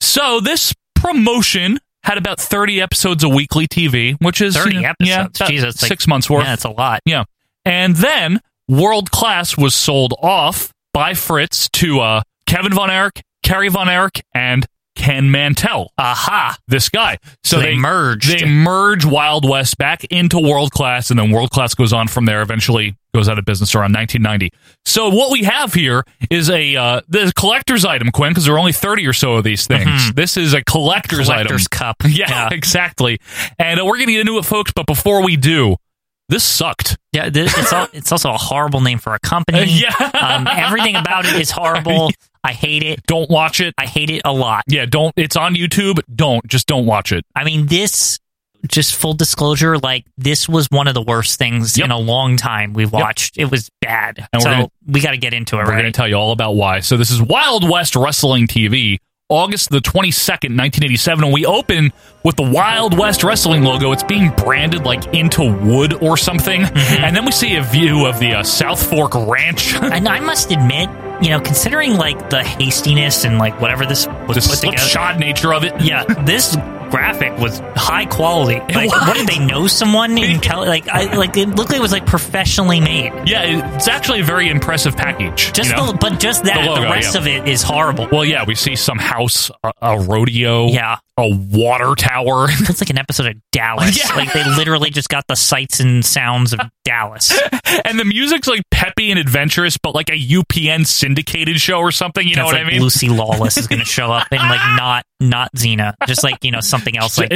So this promotion had about 30 episodes of weekly TV, which is 30 you know, episodes. Yeah, about Jesus, it's like- six months worth. Yeah, it's a lot. Yeah. And then World Class was sold off by Fritz to uh, Kevin Von Erich, Kerry Von Erich, and Ken Mantell. Aha. This guy. So, So they merged. They merge Wild West back into World Class, and then World Class goes on from there. Eventually, goes out of business around 1990. So what we have here is a uh, the collector's item, Quinn, because there are only 30 or so of these things. This is a collector's, Mm-hmm. Collector's item. cup. Yeah, Yeah. exactly. And uh, we're getting into it, folks. But before we do, this sucked. Yeah, th- it's al- it's also a horrible name for a company. Yeah. um, everything about it is horrible. I hate it. Don't watch it. I hate it a lot. Yeah, don't. It's on YouTube. Don't just don't watch it. I mean, this just full disclosure, like this was one of the worst things in a long time we've watched. It was bad. And we're so gonna- we got to get into it, We're going right? to tell you all about why. So this is Wild West Wrestling TV, August the 22nd, 1987, and we open with the Wild West Wrestling logo. It's being branded like into wood or something. Mm-hmm. And then we see a view of the uh, South Fork Ranch. and I must admit, you know, considering like the hastiness and like whatever this was the put together, slipshod nature of it. yeah, this graphic was high quality. Like, was. what did they know someone in Cal- like I like it looked like it was like professionally made. Yeah, it's actually a very impressive package. Just you know? the, but just that the, logo, rest yeah. of it is horrible. Well, yeah, we see some house, a, a rodeo, Yeah. a water tower. It's like an episode of Dallas. Yeah. Like they literally just got the sights and sounds of Dallas. and the music's like peppy and adventurous, but like a UPN syndicated show or something. You know That's what I like mean? Lucy Lawless is going to show up and like not not Xena, just like you know something else like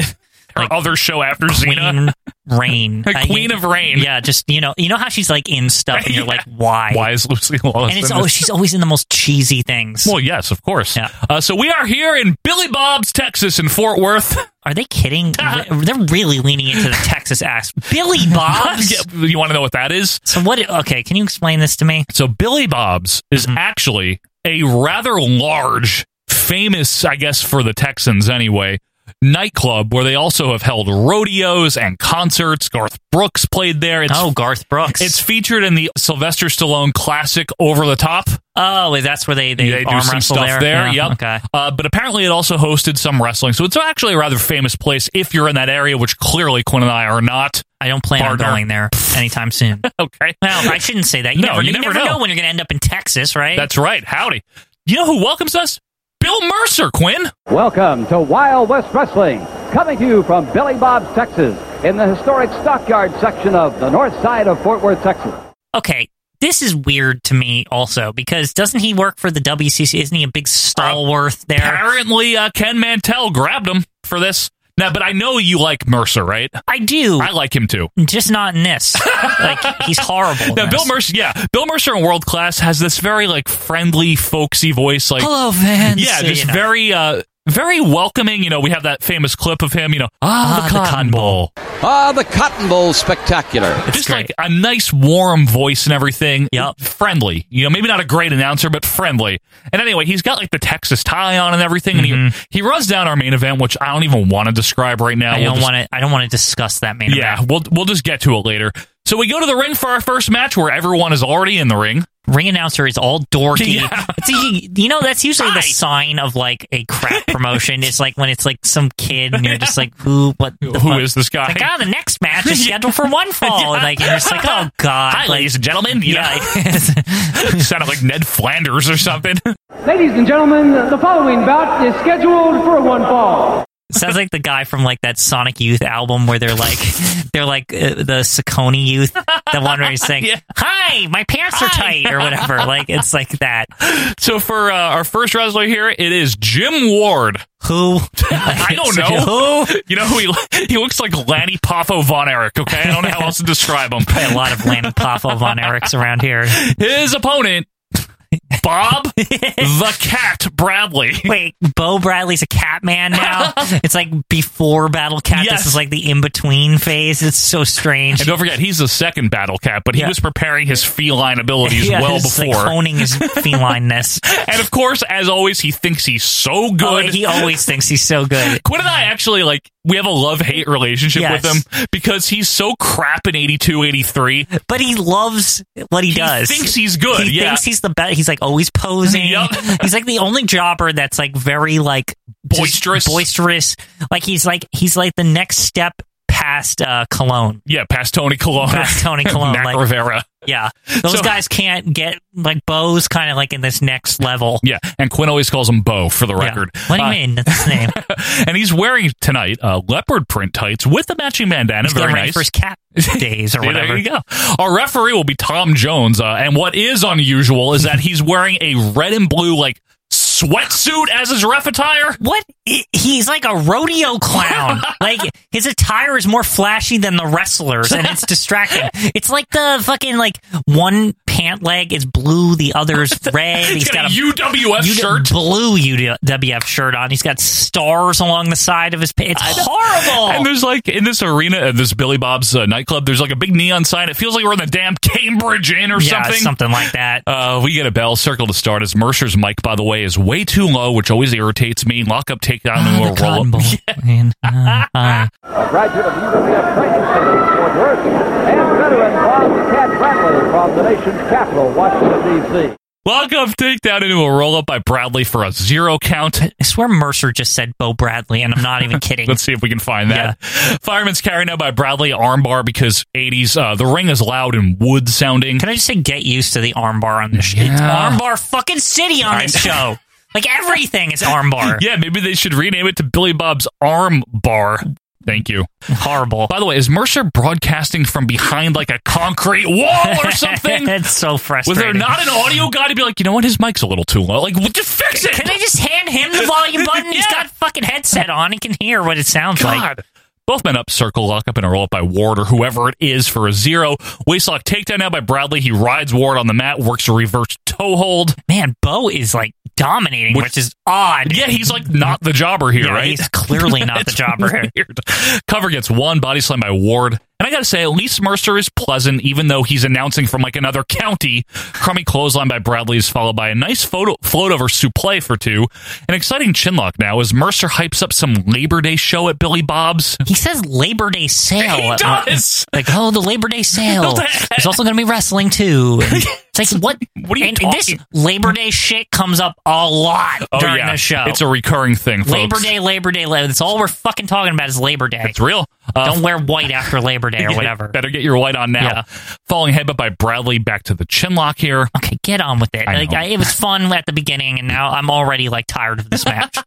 Her other show after Xena. Rain, Her Queen you- of Rain. Yeah, just you know, you know how she's like in stuff, and you're like, why? Why is Lucy Lawless? And it's in oh, this? she's always in the most cheesy things. Well, yes, of course. Uh, so we are here in Billy Bob's, Texas, in Fort Worth. Are they kidding? Re- They're really leaning into the Texas ass. Billy Yeah, Bob's. you want to know what that is? So what? Okay, can you explain this to me? So Billy Bob's is Mm-hmm. actually a rather large, famous, I guess, for the Texans anyway, nightclub where they also have held rodeos and concerts. Garth Brooks played there. It's, Oh, Garth Brooks. It's featured in the Sylvester Stallone classic Over the Top. Oh, that's where they they, they arm do some wrestle stuff there. Yeah, Yep. Okay. Uh, but apparently, it also hosted some wrestling, so it's actually a rather famous place if you're in that area, which clearly Quinn and I are not. I don't plan Partner. on going there anytime soon. Okay, Well, I shouldn't say that. You No, never, you never know. when you're going to end up in Texas, right? that's right. Howdy. You know who welcomes us? Bill Mercer, Quinn. Welcome to Wild West Wrestling, coming to you from Billy Bob's, Texas, in the historic stockyard section of the north side of Fort Worth, Texas. okay. This is weird to me also because doesn't he work for the WCC? Isn't he a big stalwart there? Apparently, uh, Ken Mantell grabbed him for this. Now, but I know you like Mercer, right? I do. I like him too. just not in this. like he's horrible. in Now, Bill this. Mercer, yeah, Bill Mercer in World Class has this very like friendly, folksy voice, like Hello, Vince. Yeah, You just know. very, uh, very welcoming. You know, we have that famous clip of him. You know, ah, the, cotton Bowl. Ah, the Cotton Bowl spectacular. just like a nice, warm voice and everything. Yeah, friendly. You know, maybe not a great announcer, but friendly. And anyway, he's got like the Texas tie on and everything, and he he runs down our main event, which I don't even want to describe right now. I We'll don't just- want to. I don't want to discuss that man. Yeah, we'll we'll just get to it later. So we go to the ring for our first match, where everyone is already in the ring. Ring announcer is all dorky. Yeah. It's- you- you know, that's usually the sign of like a crap promotion. it's like when it's like some kid and you're just like, who? What? The Who fuck? is this guy? Like, oh, the next match is scheduled for one fall. Like, and you're just like, oh god. Hi, like, ladies and gentlemen. You yeah. know, sounded like Ned Flanders or something. Ladies and gentlemen, the following bout is scheduled for one fall. Sounds like the guy from like that Sonic Youth album where they're like they're like uh, the Saucony Youth, the one where he's saying, "Hi, my pants are tight" or whatever. Like it's like that. So for uh, our first wrestler here, it is Jim Ward. Who? I don't know. Who? You know who he he looks like Lanny Poffo Von Erich. Okay, I don't know how else to describe him. Probably a lot of Lanny Poffo Von Erichs around here. His opponent, Bob the Cat Bradley. Wait, Bo Bradley's a cat man now. It's like before Battle Cat. Yes. This is like the in between phase. It's so strange. And don't forget, he's the second Battle Cat, but he Yeah. was preparing his feline abilities Yeah, well it's before. like honing his felineness. and of course, as always, he thinks he's so good. Oh, he always thinks he's so good. Quinn and I actually like we have a love hate relationship Yes. with him because he's so crap in 82, 83. but he loves what he, does. thinks he's good, He yeah. thinks he's the best. He's like always posing. Yup. He's like the only jobber that's like very like just Boisterous. boisterous. Like he's like he's like the next step past uh, Cologne, Yeah, past Tony Colon. past Tony Cologne. Mac like Rivera. yeah, those So- guys can't get like Bo's kind of like in this next level. Yeah, and Quinn always calls him Bo for the record. What do you Uh, mean? That's his name. and he's wearing tonight uh, leopard print tights with a matching bandana. He's Very getting ready nice. for his cat days or Yeah, whatever. There you go. Our referee will be Tom Jones, uh, and what is unusual is that he's wearing a red and blue like sweatsuit as his ref attire. What? I- He's like a rodeo clown. like his attire is more flashy than the wrestlers, and it's distracting. It's like the fucking like one pant leg is blue, the other's red. He's got, a UWF UW shirt. blue UWF shirt on. He's got stars along the side of his pants. It's And horrible. there's like in this arena at this Billy Bob's uh, nightclub, there's like a big neon sign. It feels like we're in the damn Cambridge Inn or yeah, something. like that. Uh, we get a bell circle to start as Mercer's mic, by the way, is way too low, which always irritates me. Lock up, take down, Ah, and the we'll roll Cotton up. Bowl. Man, uh, uh, A graduate of the University of Franklin, Fort Worth, and veteran Bob Cat Bradley from the nation's capital, Washington, D.C. Lock up, take down into a roll up by Bradley for a zero count. I swear Mercer just said Bo Bradley, and I'm not even kidding. Let's see if we can find that. Fireman's carry now by Bradley armbar because 80s. Uh, the ring is loud and wood sounding. Can I just say get used to the armbar on this show? It's Yeah. armbar fucking city on this show. Like everything is armbar. Yeah, maybe they should rename it to Billy Bob's Arm Bar. Thank you. Horrible. By the way, is Mercer broadcasting from behind like a concrete wall or something? it's so Was frustrating. there not an audio guy to be like, you know what, his mic's a little too low? Like, would you fix it? Can I just hand him the volume button? He's Yeah. got a fucking headset on. He can hear what it sounds like. God. Both men up circle, lock up, and roll up by Ward or whoever it is for a zero. Waistlock takedown now by Bradley. He rides Ward on the mat, works a reverse toe hold. Man, Bo is like dominating, which, is odd. Yeah, he's like not the jobber here, Yeah, right? he's clearly not the It's jobber here. weird. Cover gets one body slam by Ward. And I gotta say, at least Mercer is pleasant, even though he's announcing from like another county. Crummy clothesline by Bradley is followed by a nice photo float over suplex for two. An exciting chinlock now as Mercer hypes up some Labor Day show at Billy Bob's. He says Labor Day sale. He Uh, does! Like, oh, the Labor Day sale. What the heck? There's also going to be wrestling too. And it's like what? What are you and this talking- Labor Day shit comes up a lot Oh during yeah, the show. it's a recurring thing. Folks. Labor Day, Labor Day, Labor. That's all we're fucking talking about is Labor Day. It's real. Uh, Don't wear white after Labor Day or Yeah, whatever. Better get your white on now. Falling headbutt by Bradley back to the chinlock here. Okay, get on with it. I Like, know. I, it was fun at the beginning, and now I'm already like tired of this match.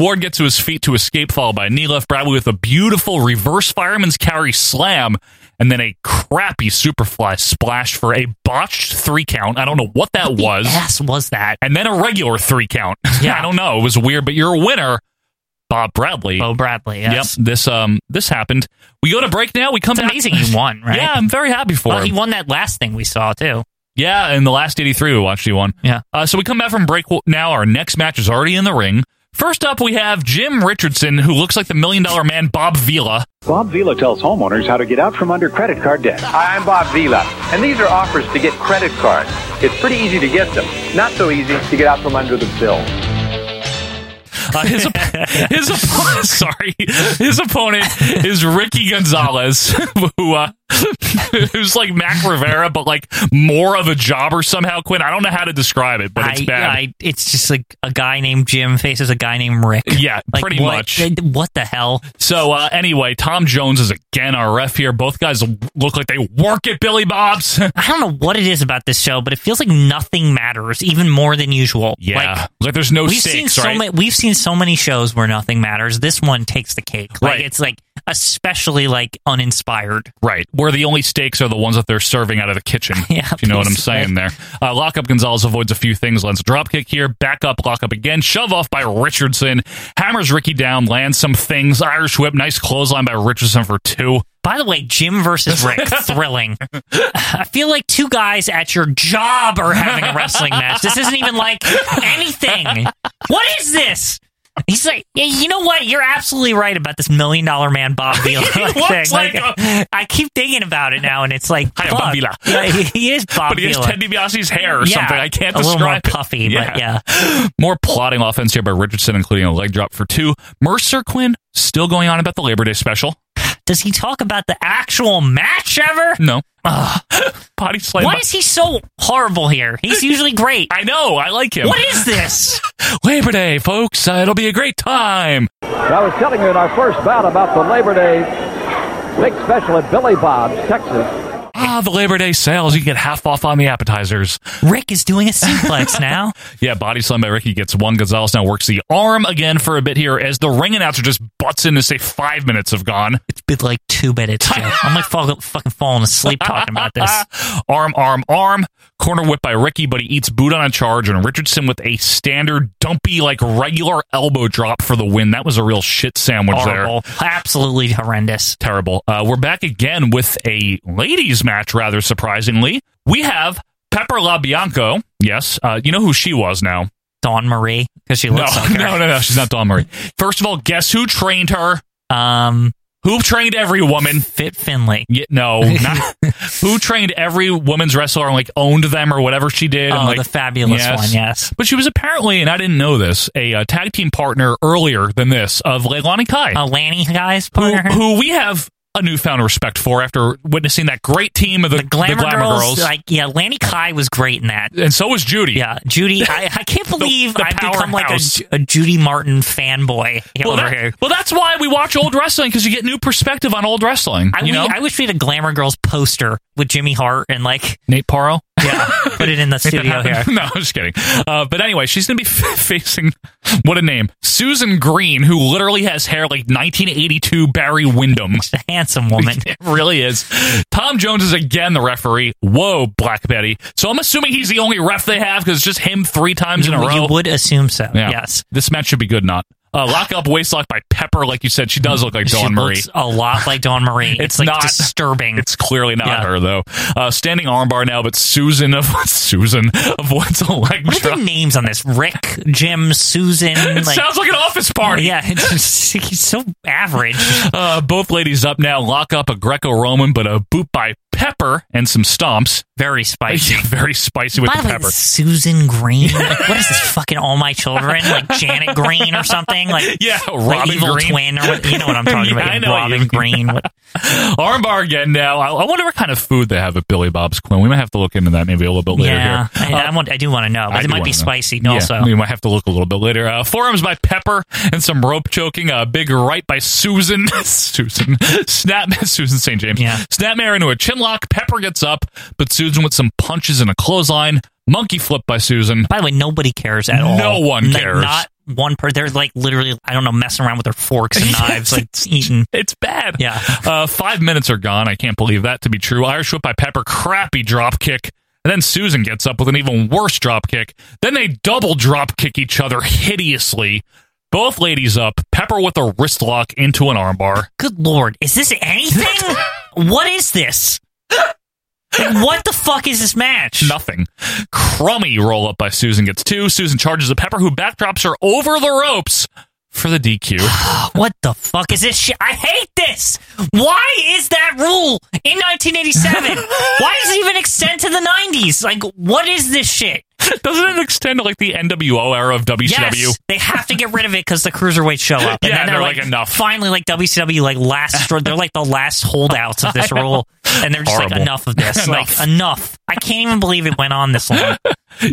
Ward gets to his feet to escape, followed by a knee left. Bradley with a beautiful reverse fireman's carry slam, and then a crappy superfly splash for a botched three count. I don't know what that was. Yes, was that? And then a regular three count. Yeah. I don't know. It was weird, but you're a winner. Bob Bradley. Bo Bradley. Oh, Yes. Yep. This um this happened. We go to break now. We come It's back. amazing he won, right? Yeah, I'm very happy for Well, him. he won that last thing we saw too. Yeah, in the last 83 we watched, he won. Yeah. Uh, so we come back from break w- now. Our next match is already in the ring. First up, we have Jim Richardson, who looks like the million dollar man Bob Vila. Bob Vila tells homeowners how to get out from under credit card debt. Hi, I'm Bob Vila, and these are offers to get credit cards. It's pretty easy to get them, not so easy to get out from under the bill. Uh, his, op- his opponent, sorry, his opponent is Ricky Gonzalez, who uh, who's like Mac Rivera, but like more of a jobber somehow. Quinn, I don't know how to describe it, but it's I, bad. I, it's just like a guy named Jim faces a guy named Rick. yeah, Like, pretty what- much. What the hell? So uh, anyway, Tom Jones is again our ref here. Both guys look like they work at Billy Bob's. I don't know what it is about this show, but it feels like nothing matters even more than usual. Yeah, Like, like, there's no we've seen stakes, so right? many. We've seen so many shows where nothing matters. This one takes the cake. Like Right. it's like especially like uninspired. right, where the only stakes are the ones that they're serving out of the kitchen. Yeah, if you know what I'm basically. saying there. Uh, lockup Gonzalez avoids a few things, lands a dropkick here, back up, lock up again, shove off by Richardson, hammers Ricky down, lands some things, Irish whip, nice clothesline by Richardson for two. By the way, Jim versus Rick, thrilling. I feel like two guys at your job are having a wrestling match. This isn't even like anything. What is this? He's like, yeah, you know what? You're absolutely right about this million dollar man, Bob Vila. looks thing. like a- I keep thinking about it now, and it's like, Hiya, Bob fuck. Vila. Yeah, he, he is Bob but he has Vila. Ted DiBiase's hair or Yeah, something. I can't a little describe more it. puffy, but More plotting offense here by Richardson, including a leg drop for two. Mercer Quinn still going on about the Labor Day special. Does he talk about the actual match ever? No. Body slam. Why by- is he so horrible here? He's usually great. I know. I like him. What is this? Labor Day, folks. Uh, it'll be a great time. I was telling you in our first bout about the Labor Day big special at Billy Bob's, Texas. Ah, the Labor Day sales. You can get half off on the appetizers. Rick is doing a suplex now. Yeah, body slam by Ricky gets one. Gonzalez now works the arm again for a bit here as the ring announcer just butts in to say five minutes have gone. It's been like two minutes. Joe. I'm like fall, fucking falling asleep talking about this. arm, arm, arm. Corner whip by Ricky, but he eats boot on a charge. And Richardson with a standard dumpy, like regular elbow drop for the win. That was a real shit sandwich there. Horrible. Absolutely horrendous. terrible. Uh, we're back again with a ladies' match, rather surprisingly. We have Pepper LaBianco. Yes, uh, you know who she was now. Dawn Marie, because she No, looks like her. no, no, no. She's not Dawn Marie. First of all, guess who trained her? Um, Who trained every woman? Fit Finley. Yeah, no, not, who trained every women's wrestler and like owned them or whatever she did? and, Oh, like, the fabulous one, yes. But she was apparently, and I didn't know this, a uh, tag team partner earlier than this of Leilani Kai. Uh, Lanny guys, who, partner. who we have a newfound respect for after witnessing that great team of the, the Glamour, the Glamour girls, girls, Like, yeah, Lanny Kai was great in that. and so was Judy. Yeah, Judy. I, I can't believe the I've become like a, powerhouse. a Judy Martin fanboy Well, over that- here. well, that's why we watch old wrestling because you get new perspective on old wrestling. I, you we- know, I wish we had a Glamour Girls poster with Jimmy Hart and like Nate Paro. yeah, put it in the Think that studio here. happened? No, I'm just kidding. Uh, but anyway, she's going to be facing what a name, Susan Green, who literally has hair like 1982 Barry Windham. She's a handsome woman. It really is. Tom Jones is again the referee. Whoa, Black Betty. So I'm assuming he's the only ref they have because it's just him three times in a you, row. you would assume so. Yeah. Yes. This match should be good, not. Uh, lock up waistlock by Pepper, like you said, she does look like She Dawn Marie. looks a lot like Dawn Marie. It's, like disturbing. It's clearly not Yeah. her though. Uh, standing armbar now, but Susan of Susan avoids Electra. What are the names on this? Rick, Jim, Susan. It sounds like an office party. Yeah, it's, just- it's so average. Uh, both ladies up now. Lock up a Greco-Roman, but a boot by Pepper and some stomps. Very spicy. Very spicy with By the the way, pepper. Susan Green. Like, what is this fucking All My Children? Like Janet Green or something? Like Yeah, the Robin evil Green. twin or what? You know what I'm talking Yeah, about? I know what you Robin mean. Green. What, Armbar again now. I, I wonder what kind of food they have at Billy Bob's Quinn. We might have to look into that maybe a little bit later yeah, here. I, I want. I do want to know, but Uh, I it do might be wanna know. spicy. Yeah, also, we might have to look a little bit later. Uh, forearms by Pepper and some rope choking. A big right by Susan. Susan. Snap. Susan St. James. Yeah. Snapmare into a chin lock. Pepper gets up, but Susan with some punches and a clothesline. Monkey flip by Susan. By the way, nobody cares at all. No one Like, cares. Not one person. They're like literally, I don't know, messing around with their forks and knives, like eating. It's bad. Yeah. Uh, five minutes are gone. I can't believe that to be true. Irish whip by Pepper, crappy drop kick. And then Susan gets up with an even worse drop kick. Then they double drop kick each other hideously. Both ladies up. Pepper with a wrist lock into an armbar. Good lord, is this anything? what is this? Like, what the fuck is this match? Nothing. Crummy roll up by Susan gets two. Susan charges a Pepper who backdrops her over the ropes for the DQ. What the fuck is this shit? I hate this. Why is that rule in 1987? Why does it even extend to the 90s? Like, what is this shit? Doesn't it extend to like the NWO era of WCW? Yes, they have to get rid of it because the cruiserweights show up. Yeah, then they're like, enough. Finally, like WCW, like last, they're like the last holdouts of this I know. rule, and they're just like Horrible. enough of this, Enough. like enough. I can't even believe it went on this long.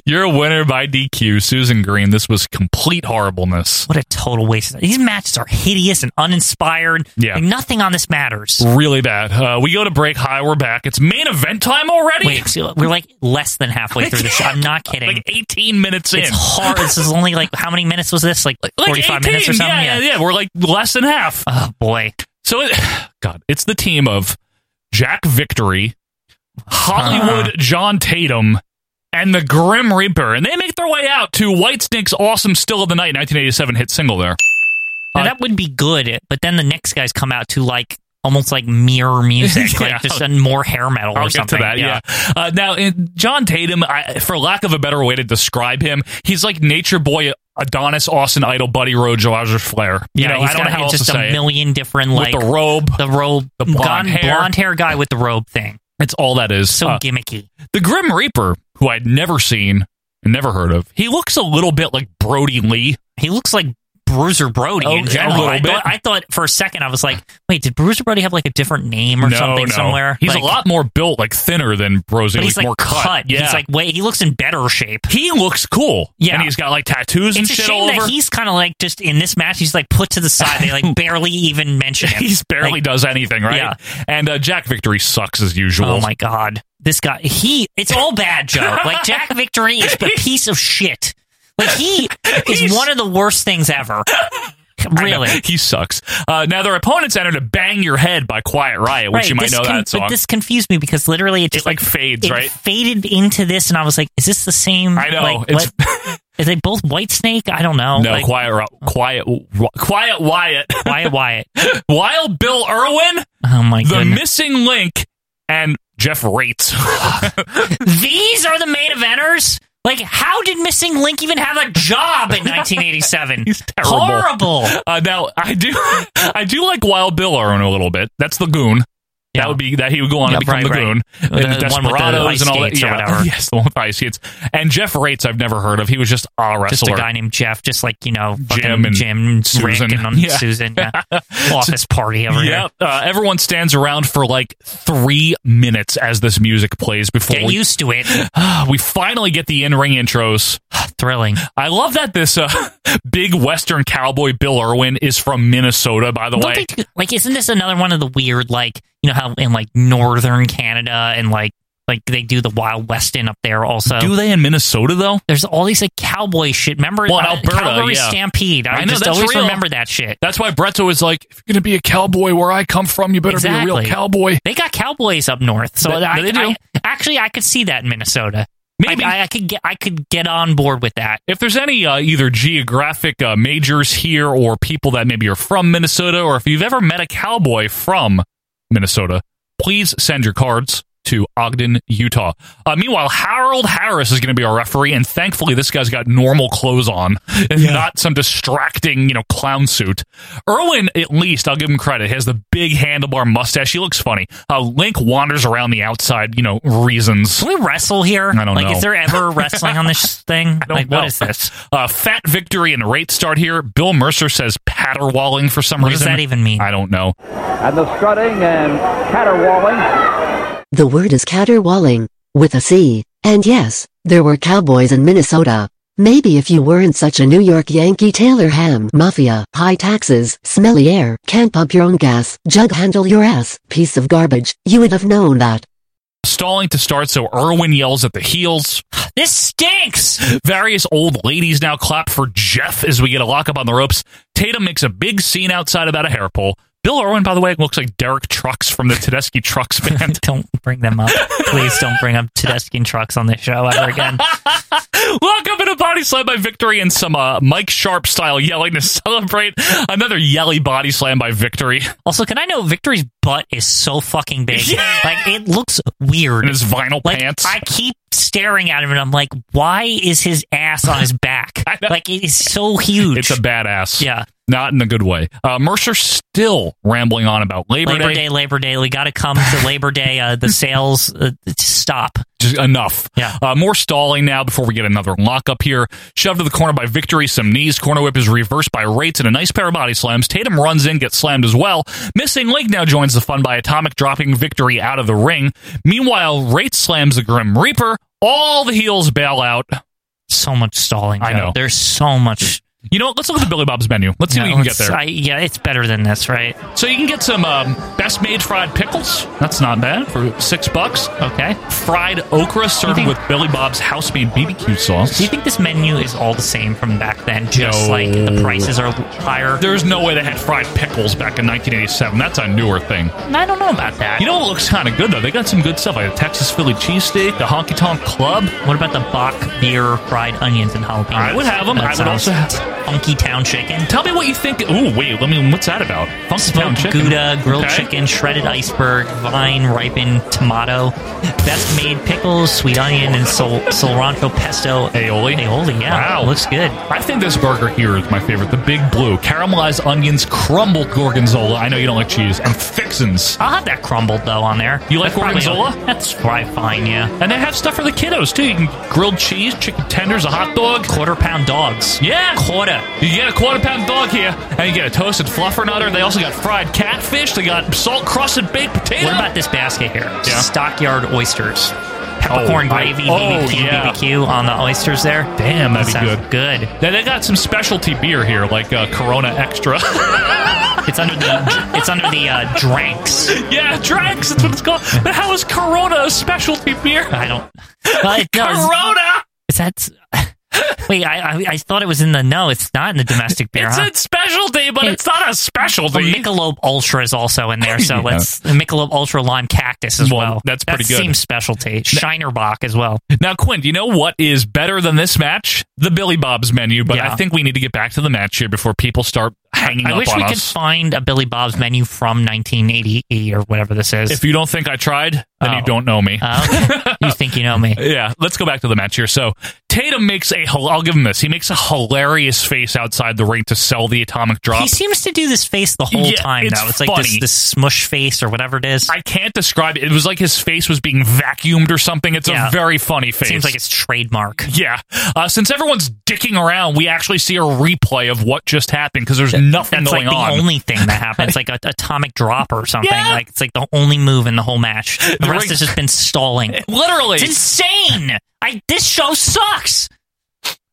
You're a winner by DQ, Susan Green. This was complete horribleness. What a total waste! These matches are hideous and uninspired. Yeah. Like, nothing on this matters. Really bad. Uh, we go to break. Hi, we're back. It's main event time already. Wait, so we're like less than halfway through the show. I'm not kidding. like 18 minutes in. it's hard. This is only like how many minutes was this? Like 45 like 18, minutes or something. Yeah, yeah, yeah. We're like less than half. Oh boy. So, it, God, it's the team of Jack Victory, Hollywood Uh-huh. John Tatum, and the Grim Reaper, and they make their way out to Whitesnake's awesome "Still of the Night" 1987 hit single. There, Now, Uh, that would be good, but then the next guys come out to like almost like mirror music, Yeah. like just a more hair metal I'll or something. get to that. Yeah. Uh, now, in John Tatum, I, for lack of a better way to describe him, he's like Nature Boy Adonis Austin Idol Buddy Road Roger Flair. You Yeah, know, he's I don't know got how else just to say a it. million different With like the robe, the robe, the blonde hair. blonde hair guy with the robe thing. it's all that is. So Uh, gimmicky. the Grim Reaper, who I'd never seen and never heard of, he looks a little bit like Brody Lee. He looks like Bruiser Brody Oh, in a general. little I, bit. Thought, I thought for a second I was like, wait, did Bruiser Brody have like a different name or no, something no. somewhere? He's Like, a lot more built, like thinner than Brody. but he's like more cut. Yeah, He's like wait, he looks in better shape. he looks cool. Yeah. and he's got like tattoos and It's a shit shame all over. that he's kind of like just in this match. He's like put to the side. They like barely even mention him. He's barely Like, does anything, right? Yeah. And uh, Jack Victory sucks as usual. Oh my god, this guy. He. It's all bad, Joe. like Jack Victory is a piece of shit. Like he is He's- one of the worst things ever. I know, Really. he sucks. Uh, now their opponents enter to "Bang Your Head" by Quiet Riot, which Right, you might this know con- that song. But this confused me because literally it just it like fades, it right? faded into this, and I was like, "Is this the same?" I know. Like, it's what- is they both White Snake? I don't know. no like, oh. Quiet Ro- Quiet Wi- Quiet Wyatt, Wyatt Wyatt. Wild Bill Irwin, Oh my the goodness. missing link, and Jeff Rates. These are the main eventers? Like, how did Missing Link even have a job in 1987? He's terrible. Horrible. Uh, now I do I do like Wild Bill Irwin a little bit. That's the goon. Yeah. That would be that he would go on Yeah, to become right, the right. goon The one and with the the Desperados ice and all that. skates or Yeah. whatever. Yes, the one with ice skates. And Jeff Rates I've never heard of. He was just a wrestler. Just a guy named Jeff, just like, you know, fucking Jim Jim and and, Susan. Rick and um, Yeah. Susan. Yeah. Office party over Yep. Uh, everyone stands around for like three minutes as this music plays before here. Get we, used to it. we finally get the in-ring intros. Thrilling. I love that this uh, big Western cowboy Bill Irwin is from Minnesota. By the Don't way, they do- like, isn't this another one of the weird, like, you know, how in like northern Canada and like, like they do the Wild West in up there also. do they in Minnesota though? There's all these like cowboy shit. Remember Well, in uh, Alberta, Calgary yeah. Stampede? I, I know, just that's always real. remember that shit. That's why Bretto is like, if you're going to be a cowboy where I come from, you better be a real Exactly. cowboy. They got cowboys up north, so They- I, they do. I- actually, I could see that in Minnesota. Maybe I, I, I could get I could get on board with that. If there's any uh, either geographic uh, majors here or people that maybe are from Minnesota or if you've ever met a cowboy from Minnesota, please send your cards to Ogden, Utah. Uh, meanwhile, Harold Harris is going to be our referee, and thankfully, this guy's got normal clothes on and not some distracting, you know, clown suit. Irwin, at least, I'll give him credit, has the big handlebar mustache. He looks funny. Uh, Link wanders around the outside, you know, reasons. Can we wrestle here? I don't like, know. is there ever wrestling on this thing? I don't like, know. what is this? Uh, fat victory and rate start here. Bill Mercer says patterwalling for some What does reason. that even mean? I don't know. And the strutting and caterwauling. The word is caterwauling, with a C. And yes, there were cowboys in Minnesota. Maybe if you weren't such a New York Yankee Taylor ham, mafia, high taxes, smelly air, can't pump your own gas, jug handle your ass, piece of garbage, you would have known that. Stalling to start, so Irwin yells at the heels. This stinks. Various old ladies now clap for Jeff as we get a lockup on the ropes. Tatum makes a big scene outside about a hair pull. Bill Irwin, by the way, looks like Derek Trucks from the Tedeschi Trucks band. don't bring them up. Please don't bring up Tedeschi and trucks on this show ever again. Lockup in a body slam by Victory and some uh, Mike Sharp style yelling to celebrate. Another yelly body slam by Victory. Also, can I know Victory's butt is so fucking big? Yeah. Like it looks weird. In his vinyl like pants. I keep staring at him and I'm like, why is his ass on his back? like it is so huge. It's a badass. yeah. Not in a good way. Uh, Mercer still rambling on about Labor, Labor Day, Labor Day. We got to come to Labor Day. Uh, the sales uh, stop. Just enough. Yeah. Uh, more stalling now before we get another lockup here. Shoved to the corner by Victory, some knees. Corner whip is reversed by Rates and a nice pair of body slams. Tatum runs in, gets slammed as well. Missing Link now joins the fun by Atomic, dropping Victory out of the ring. Meanwhile, Rates slams the Grim Reaper. All the heels bail out. So much stalling. I Joe. know. There's so much. You know what? Let's look at the Billy Bob's menu. Let's see what Yeah, you can get let's- there. I, yeah, it's better than this, right? so you can get some um, best made fried pickles. That's not bad for six bucks. Okay. Fried okra served think- with Billy Bob's house made BBQ sauce. Do you think this menu is all the same from back then? Just No. like the prices are higher. There's no way they had fried pickles back in 1987. That's a newer thing. I don't know about that. You know what looks kind of good though? They got some good stuff like a Texas Philly cheesesteak, the Honky Tonk Club. what about the Bach beer, fried onions, and jalapenos? I would have 'em. That I would sounds also have- funky town chicken, Tell me what you think. Ooh, wait, let me. What's that about? Funky Town smoked chicken, gouda, grilled Okay. chicken, shredded iceberg, vine ripened tomato, best made pickles, sweet onion, and sol- cilantro pesto Aioli? Aioli, yeah, Wow. looks good. I think this burger here is my favorite. The Big Blue, caramelized onions, crumbled gorgonzola. I know you don't like cheese, and fixins. I'll have that crumbled though on there. You like That's probably- gorgonzola? That's probably fine, yeah. And they have stuff for the kiddos too. You can grilled cheese, chicken tenders, a hot dog. Quarter pound dogs. Yeah, Quarter. You get a quarter pound dog here, and you get a toasted fluffer nutter. They also got fried catfish. They got salt crusted baked potato. What about this basket here? Yeah. Stockyard oysters. Peppercorn Oh, I- gravy, oh, BBQ, yeah. BBQ on the oysters there. Damn, that'd That be sounds good. Now, they got some specialty beer here, like uh, Corona Extra. It's under the it's under the uh, drinks. yeah, Drax, that's what it's called. But how is Corona a specialty beer? I don't. Well, it- no, is- Corona! is that? Wait, I, I I thought it was in the no. It's not in the domestic beer. It's huh? a specialty, but Hey, it's not a Well, specialty. Michelob Ultra is also in there, so Yeah. let's the Michelob Ultra Lime Cactus as Well, well. that's pretty that good. Seems specialty. Shinerbach as well. Now, Quinn, do you know what is better than this match? The Billy Bob's menu, but Yeah. I think we need to get back to the match here before people start hanging I up wish on we could us. find a Billy Bob's menu from 1980 or whatever this is. if you don't think I tried, then you Oh. don't know me. Uh, okay. you think you know me? Yeah, let's go back to the match here. So Tatum makes a, hil- I'll give him this. He makes a hilarious face outside the ring to sell the atomic drop. He seems to do this face the whole Yeah, time, it's though. It's like funny. this, this smush face or whatever it is. I can't describe it. It was like his face was being vacuumed or something. It's a Yeah. very funny face. Seems like it's trademark. Yeah. Uh, since everyone's dicking around, we actually see a replay of what just happened because there's nothing That's going like the on. only thing that happened. It's like an atomic drop or something. Yeah. Like it's like the only move in the whole match. The, The rest ring- has just been stalling. Literally. It's insane. I this show sucks.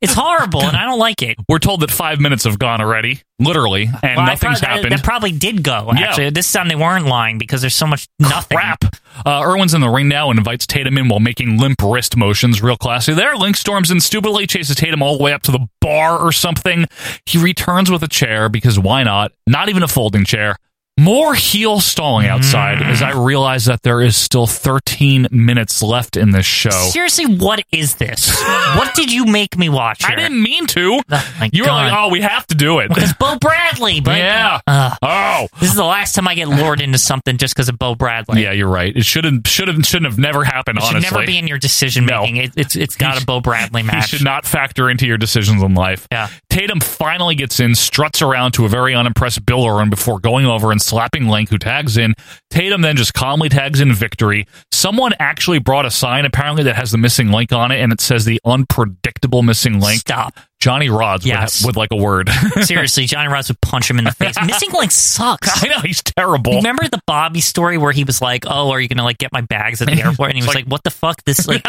It's horrible, and I don't like it. We're told that five minutes have gone already, literally, and Well, I nothing's prob- that- happened. That, probably did go. Yeah. Actually, this time they weren't lying because there's so much nothing. Crap. Uh, Irwin's in the ring now and invites Tatum in while making limp wrist motions. Real classy there. Link storms in stupidly, chases Tatum all the way up to the bar or something. He returns with a chair because why not? Not even a folding chair. More heel stalling Mm-hmm. outside as I realize that there is still 13 minutes left in this show. Seriously, what is this? what did you make me watch? I didn't mean to. you were God. like, oh, we have to do it. Because Bo Bradley, but uh, yeah. oh, this is the last time I get lured into something just because of Bo Bradley. yeah, you're right. It shouldn't shouldn't shouldn't have never happened. It should honestly, never be in your decision making. It, it's it's not a Bo Bradley He match. should not factor into your decisions in life. Yeah. Tatum finally gets in, struts around to a very unimpressed Bill Irwin before going over and slapping Link, who tags in. Tatum then just calmly tags in victory. Someone actually brought a sign, apparently, that has the missing link on it, and it says the unpredictable missing link. Stop. Johnny Rods would ha- Yes. would, like a word. Seriously, Johnny Ross would punch him in the face. Missing Link sucks. I know, he's terrible. Remember the Bobby story where he was like, "Oh, are you gonna like get my bags at the airport?" And he It's was like- like, "What the fuck? This like,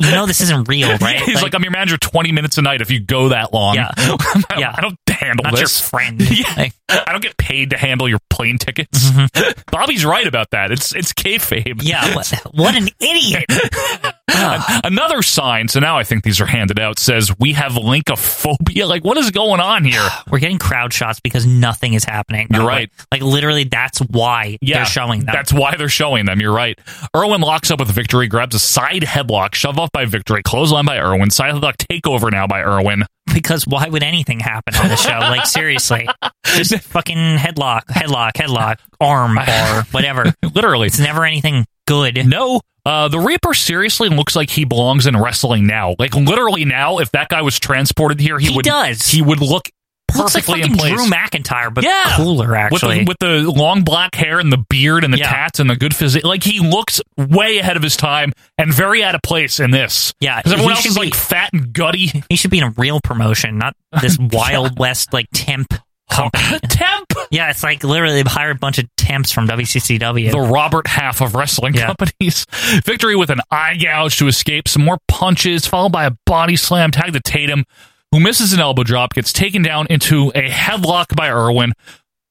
you know, this isn't real, right?" He's like, I'm your manager 20 minutes a night if you go that long. Yeah. I, don't, Yeah. I don't handle Not this. your friend. Yeah. Like- I don't get paid to handle your plane tickets. Bobby's right about that. It's it's kayfabe. Mm-hmm. yeah, what, what an idiot! Another sign, so now I think these are handed out, says, We have linkophobia. Like, what is going on here? We're getting crowd shots because nothing is happening. You're Like, right. Like literally, that's why they're showing them. That's why they're showing them. You're right. Irwin locks up with Victory, grabs a side headlock, shove off by Victory, clothesline by Irwin, side headlock takeover now by Irwin. because why would anything happen on the show? Like seriously, just fucking headlock, headlock, headlock, arm bar, whatever. Literally. It's never anything good. No, uh, the Reaper seriously looks like he belongs in wrestling now. Like literally now, if that guy was transported here, he, He would does. he would look Looks like perfectly fucking in place. Drew McIntyre, but Yeah. cooler with actually. the, with the long black hair and the beard and the Yeah. tats and the good physique, like he looks way ahead of his time and very out of place in this. Yeah, because everyone he else should is be- like fat and gutty. he should be in a real promotion, not this Wild West like temp company. Temp, yeah, it's like literally they hired a bunch of temps from WCCW. the Robert half of wrestling Yeah. companies. Victory with an eye gouge to escape, some more punches, followed by a body slam tag to Tatum, who misses an elbow drop, gets taken down into a headlock by Irwin.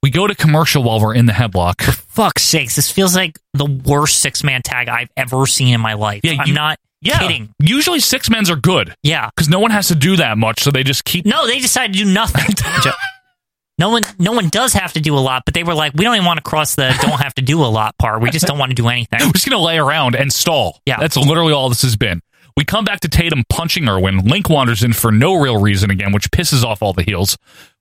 We go to commercial while we're in the headlock. Fuck's sakes, this feels like the worst six man tag I've ever seen in my life. Yeah, I'm you- not kidding. Usually six men's are good Yeah. because no one has to do that much, so they just keep. No, they decided to do nothing. Jo- no one, no one does have to do a lot, but they were like, we don't even want to cross the don't have to do a lot part. We just don't want to do anything. We're just going to lay around and stall. Yeah. That's literally all this has been. We come back to Tatum punching Irwin. Link wanders in for no real reason again, which pisses off all the heels.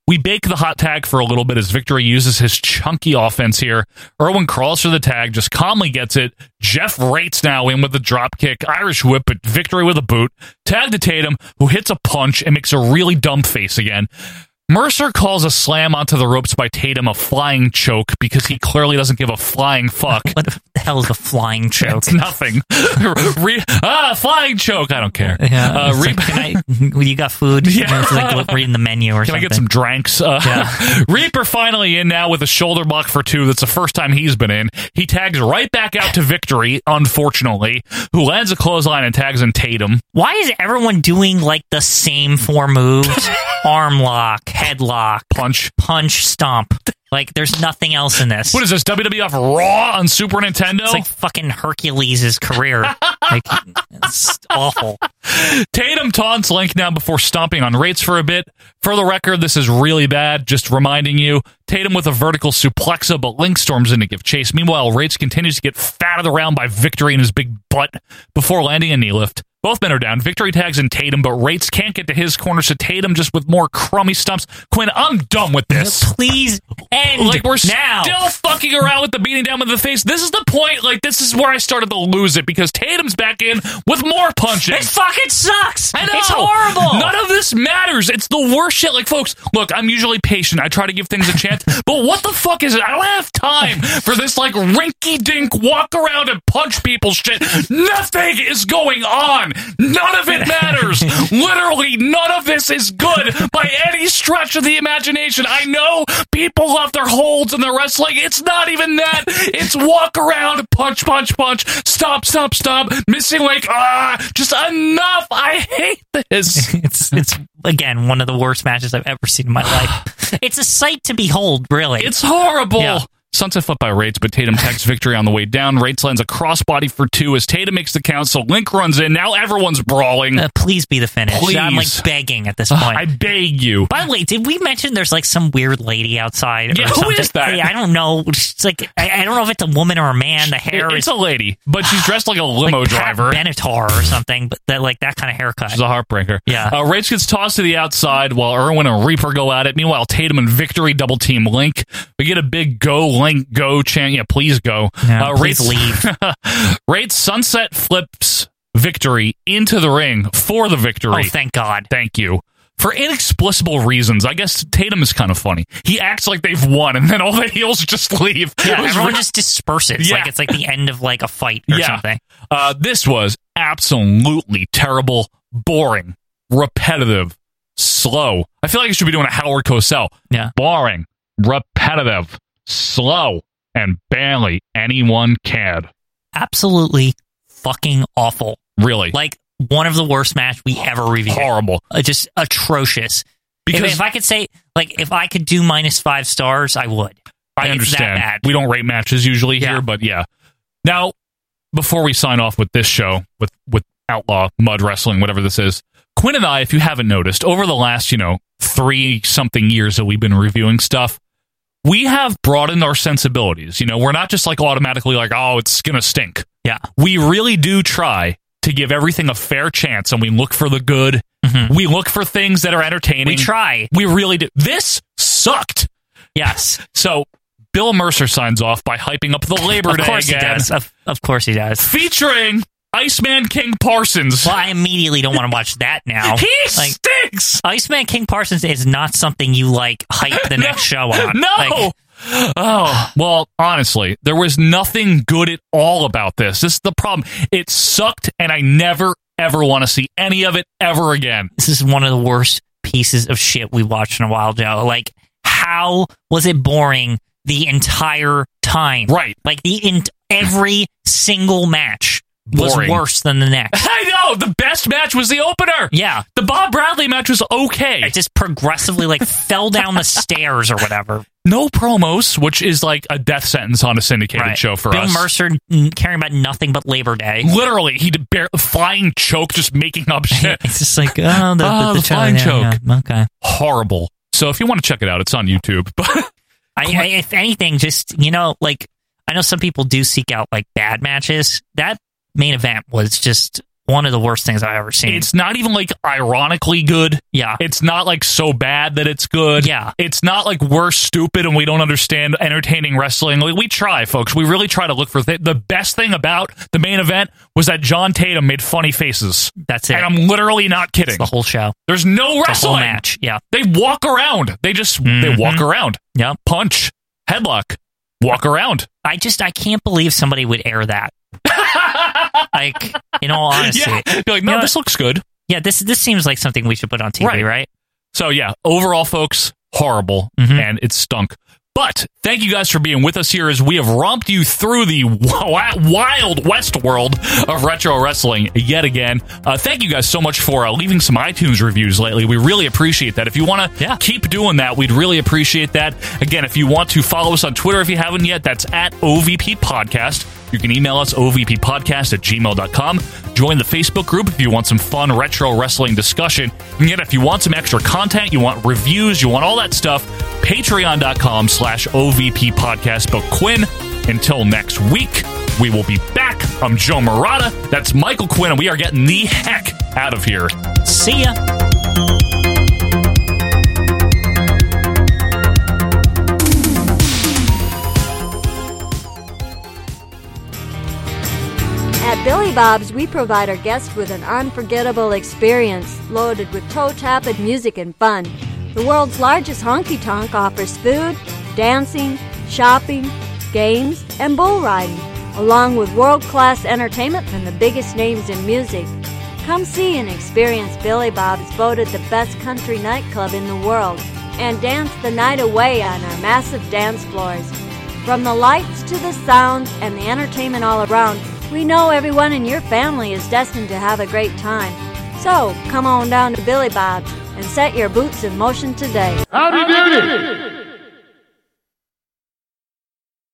We bake the hot tag for a little bit as Victory uses his chunky offense here. Irwin crawls for the tag, just calmly gets it. Jeff rates now in with the drop kick, Irish whip, but Victory with a boot. Tag to Tatum, who hits a punch and makes a really dumb face again. Mercer calls a slam onto the ropes by Tatum a flying choke because he clearly doesn't give a flying fuck. What the hell is a flying choke? It's nothing. Re- ah, flying choke. I don't care. Yeah, Uh, it's re- like, can I, you got food? Yeah. You know, it's like look, reading the menu or Can I something. get some drinks? Uh, Reaper finally in now with a shoulder block for two. That's the first time he's been in. He tags right back out to Victory, unfortunately, who lands a clothesline and tags in Tatum. Why is everyone doing like the same four moves? Arm lock, headlock, Punch. punch, stomp. Like there's nothing else in this. What is this? WWF Raw on Super Nintendo? It's like fucking Hercules' career. like it's awful. Tatum taunts Link now before stomping on Rates for a bit. For the record, this is really bad. Just reminding you, Tatum with a vertical suplexa, but Link storms in to give chase. Meanwhile, Rates continues to get fatted around by Victory in his big butt before landing a knee lift. Both men are down. Victory tags in Tatum, but Rates can't get to his corner, so Tatum just with more crummy stumps. Quinn, I'm done with this. Please end Like we're now. still fucking around with the beating down with the face. This is the point. Like this is where I started to lose it because Tatum's back in with more punches. It fucking sucks. I know. It's horrible. None of this matters. It's the worst shit. Like, folks, look, I'm usually patient. I try to give things a chance, but what the fuck is it? I don't have time for this, like, rinky dink walk around and punch people shit. Nothing is going on. None of it matters. Literally, none of this is good by any stretch of the imagination. I know people love their holds in the wrestling. It's not even that. It's walk around, punch, punch, punch, stop, stop, stop, missing like ah, just enough. I hate this. it's it's again one of the worst matches I've ever seen in my life. It's a sight to behold, really. It's horrible. Yeah. Sunset flip by Rates, but Tatum takes victory on the way down. Rates lands a crossbody for two as Tatum makes the count. So Link runs in. Now everyone's brawling. Uh, please be the finish. Please. I'm like begging at this point. I beg you. By the way, did we mention there's like some weird lady outside? Yeah, or who something? is that? Yeah, I don't know. It's like I, I don't know if it's a woman or a man. The hair It- is it's a lady, but she's dressed like a limo like Pat driver. Benatar or something, but that like that kind of haircut. She's a heartbreaker. Yeah. Uh, Rach gets tossed to the outside while Irwin and Reaper go at it. Meanwhile, Tatum and Victory double team Link. We get a big go, Link, go chant. Yeah, please go. Yeah, please leave. Sunset flips Victory into the ring for the victory. Oh, thank God. Thank you. For inexplicable reasons. I guess Tatum is kind of funny. He acts like they've won, and then all the heels just leave. It Yeah, was everyone re- just disperses. Yeah. Like it's like the end of like a fight or something. uh, this was absolutely terrible, boring, repetitive, slow. I feel like I should be doing a Howard Cosell. Yeah. Boring, repetitive, slow, and barely anyone cared. Absolutely fucking awful. Really. Like one of the worst match we ever reviewed. horrible. Uh, just atrocious. If- Because- if, I could say like if I could do minus five stars, I would. I Like, it's that understand. bad. We don't rate matches usually here, but yeah. Now, before we sign off with this show, with with Outlaw Mud Wrestling, whatever this is, Quinn and I, if you haven't noticed, over the last you know three something years that we've been reviewing stuff, we have broadened our sensibilities. You know, we're not just like automatically like, oh, it's gonna stink. Yeah. We really do try to give everything a fair chance, and we look for the good. We look for things that are entertaining. Mm-hmm. We try. We really do. This sucked. Yes. So Bill Mercer signs off by hyping up the Labor Of Day course he again, does. Of, of course he does. featuring Iceman King Parsons. Well, I immediately don't want to watch that now. He like, stinks. Iceman King Parsons is not something you like hype the next show on. No. Like, oh well, honestly, there was nothing good at all about this. This is the problem. It sucked, and I never ever want to see any of it ever again. this is one of the worst pieces of shit we watched in a while, Joe. Like, how was it boring the entire time? Right. Like the in every single match Boring. was worse than the next. I know the best match was the opener. Yeah. the Bob Bradley match was okay. It just progressively like fell down the stairs or whatever. No promos, which is like a death sentence on a syndicated Right. show for Bill us. Mercer n- caring about nothing but Labor Day. Literally, he did bare, flying choke, just making up shit. It's just like oh the, the, Ah, the, the show, flying yeah, choke. yeah, okay. Horrible. So if you want to check it out, it's on YouTube. Mm. But I, I, if anything, just you know, like I know some people do seek out like bad matches. That main event was just one of the worst things I've ever seen. it's not even like ironically good. yeah, It's not like so bad that it's good. Yeah. It's not like we're stupid and we don't understand entertaining wrestling. Like we try, folks. We really try to look for th- the best thing about the main event was that John Tatum made funny faces. that's it. And I'm literally not kidding. It's the whole show, There's no the wrestling whole match. Yeah, They walk around. They just they Mhm. walk around. yeah. Punch, headlock, walk around. I just I can't believe somebody would air that. like in all honesty, Yeah. Be like, You no, know, this looks good. yeah. This this seems like something we should put on TV, Right. right? So yeah, overall, folks, horrible, Mhm. and it stunk. But thank you guys for being with us here as we have romped you through the wi- wild west world of retro wrestling yet again. Uh, thank you guys so much for uh, leaving some iTunes reviews lately. We really appreciate that. If you want to Yeah. keep doing that, we'd really appreciate that. Again, if you want to follow us on Twitter, if you haven't yet, that's at OVP Podcast. You can email us, ovppodcast at gmail.com. Join the Facebook group if you want some fun retro wrestling discussion. And yet, if you want some extra content, you want reviews, you want all that stuff, patreon.com slash OVP podcast. But Quinn, until next week, we will be back. I'm Joe Murata. That's Michael Quinn, and we are getting the heck out of here. See ya. At Billy Bob's, we provide our guests with an unforgettable experience loaded with toe tapping music and fun. The world's largest honky tonk offers food, dancing, shopping, games, and bull riding, along with world class entertainment from the biggest names in music. Come see and experience Billy Bob's voted the best country nightclub in the world and dance the night away on our massive dance floors. From the lights to the sounds and the entertainment all around, we know everyone in your family is destined to have a great time. So come on down to Billy Bob's and set your boots in motion today. Howdy doody!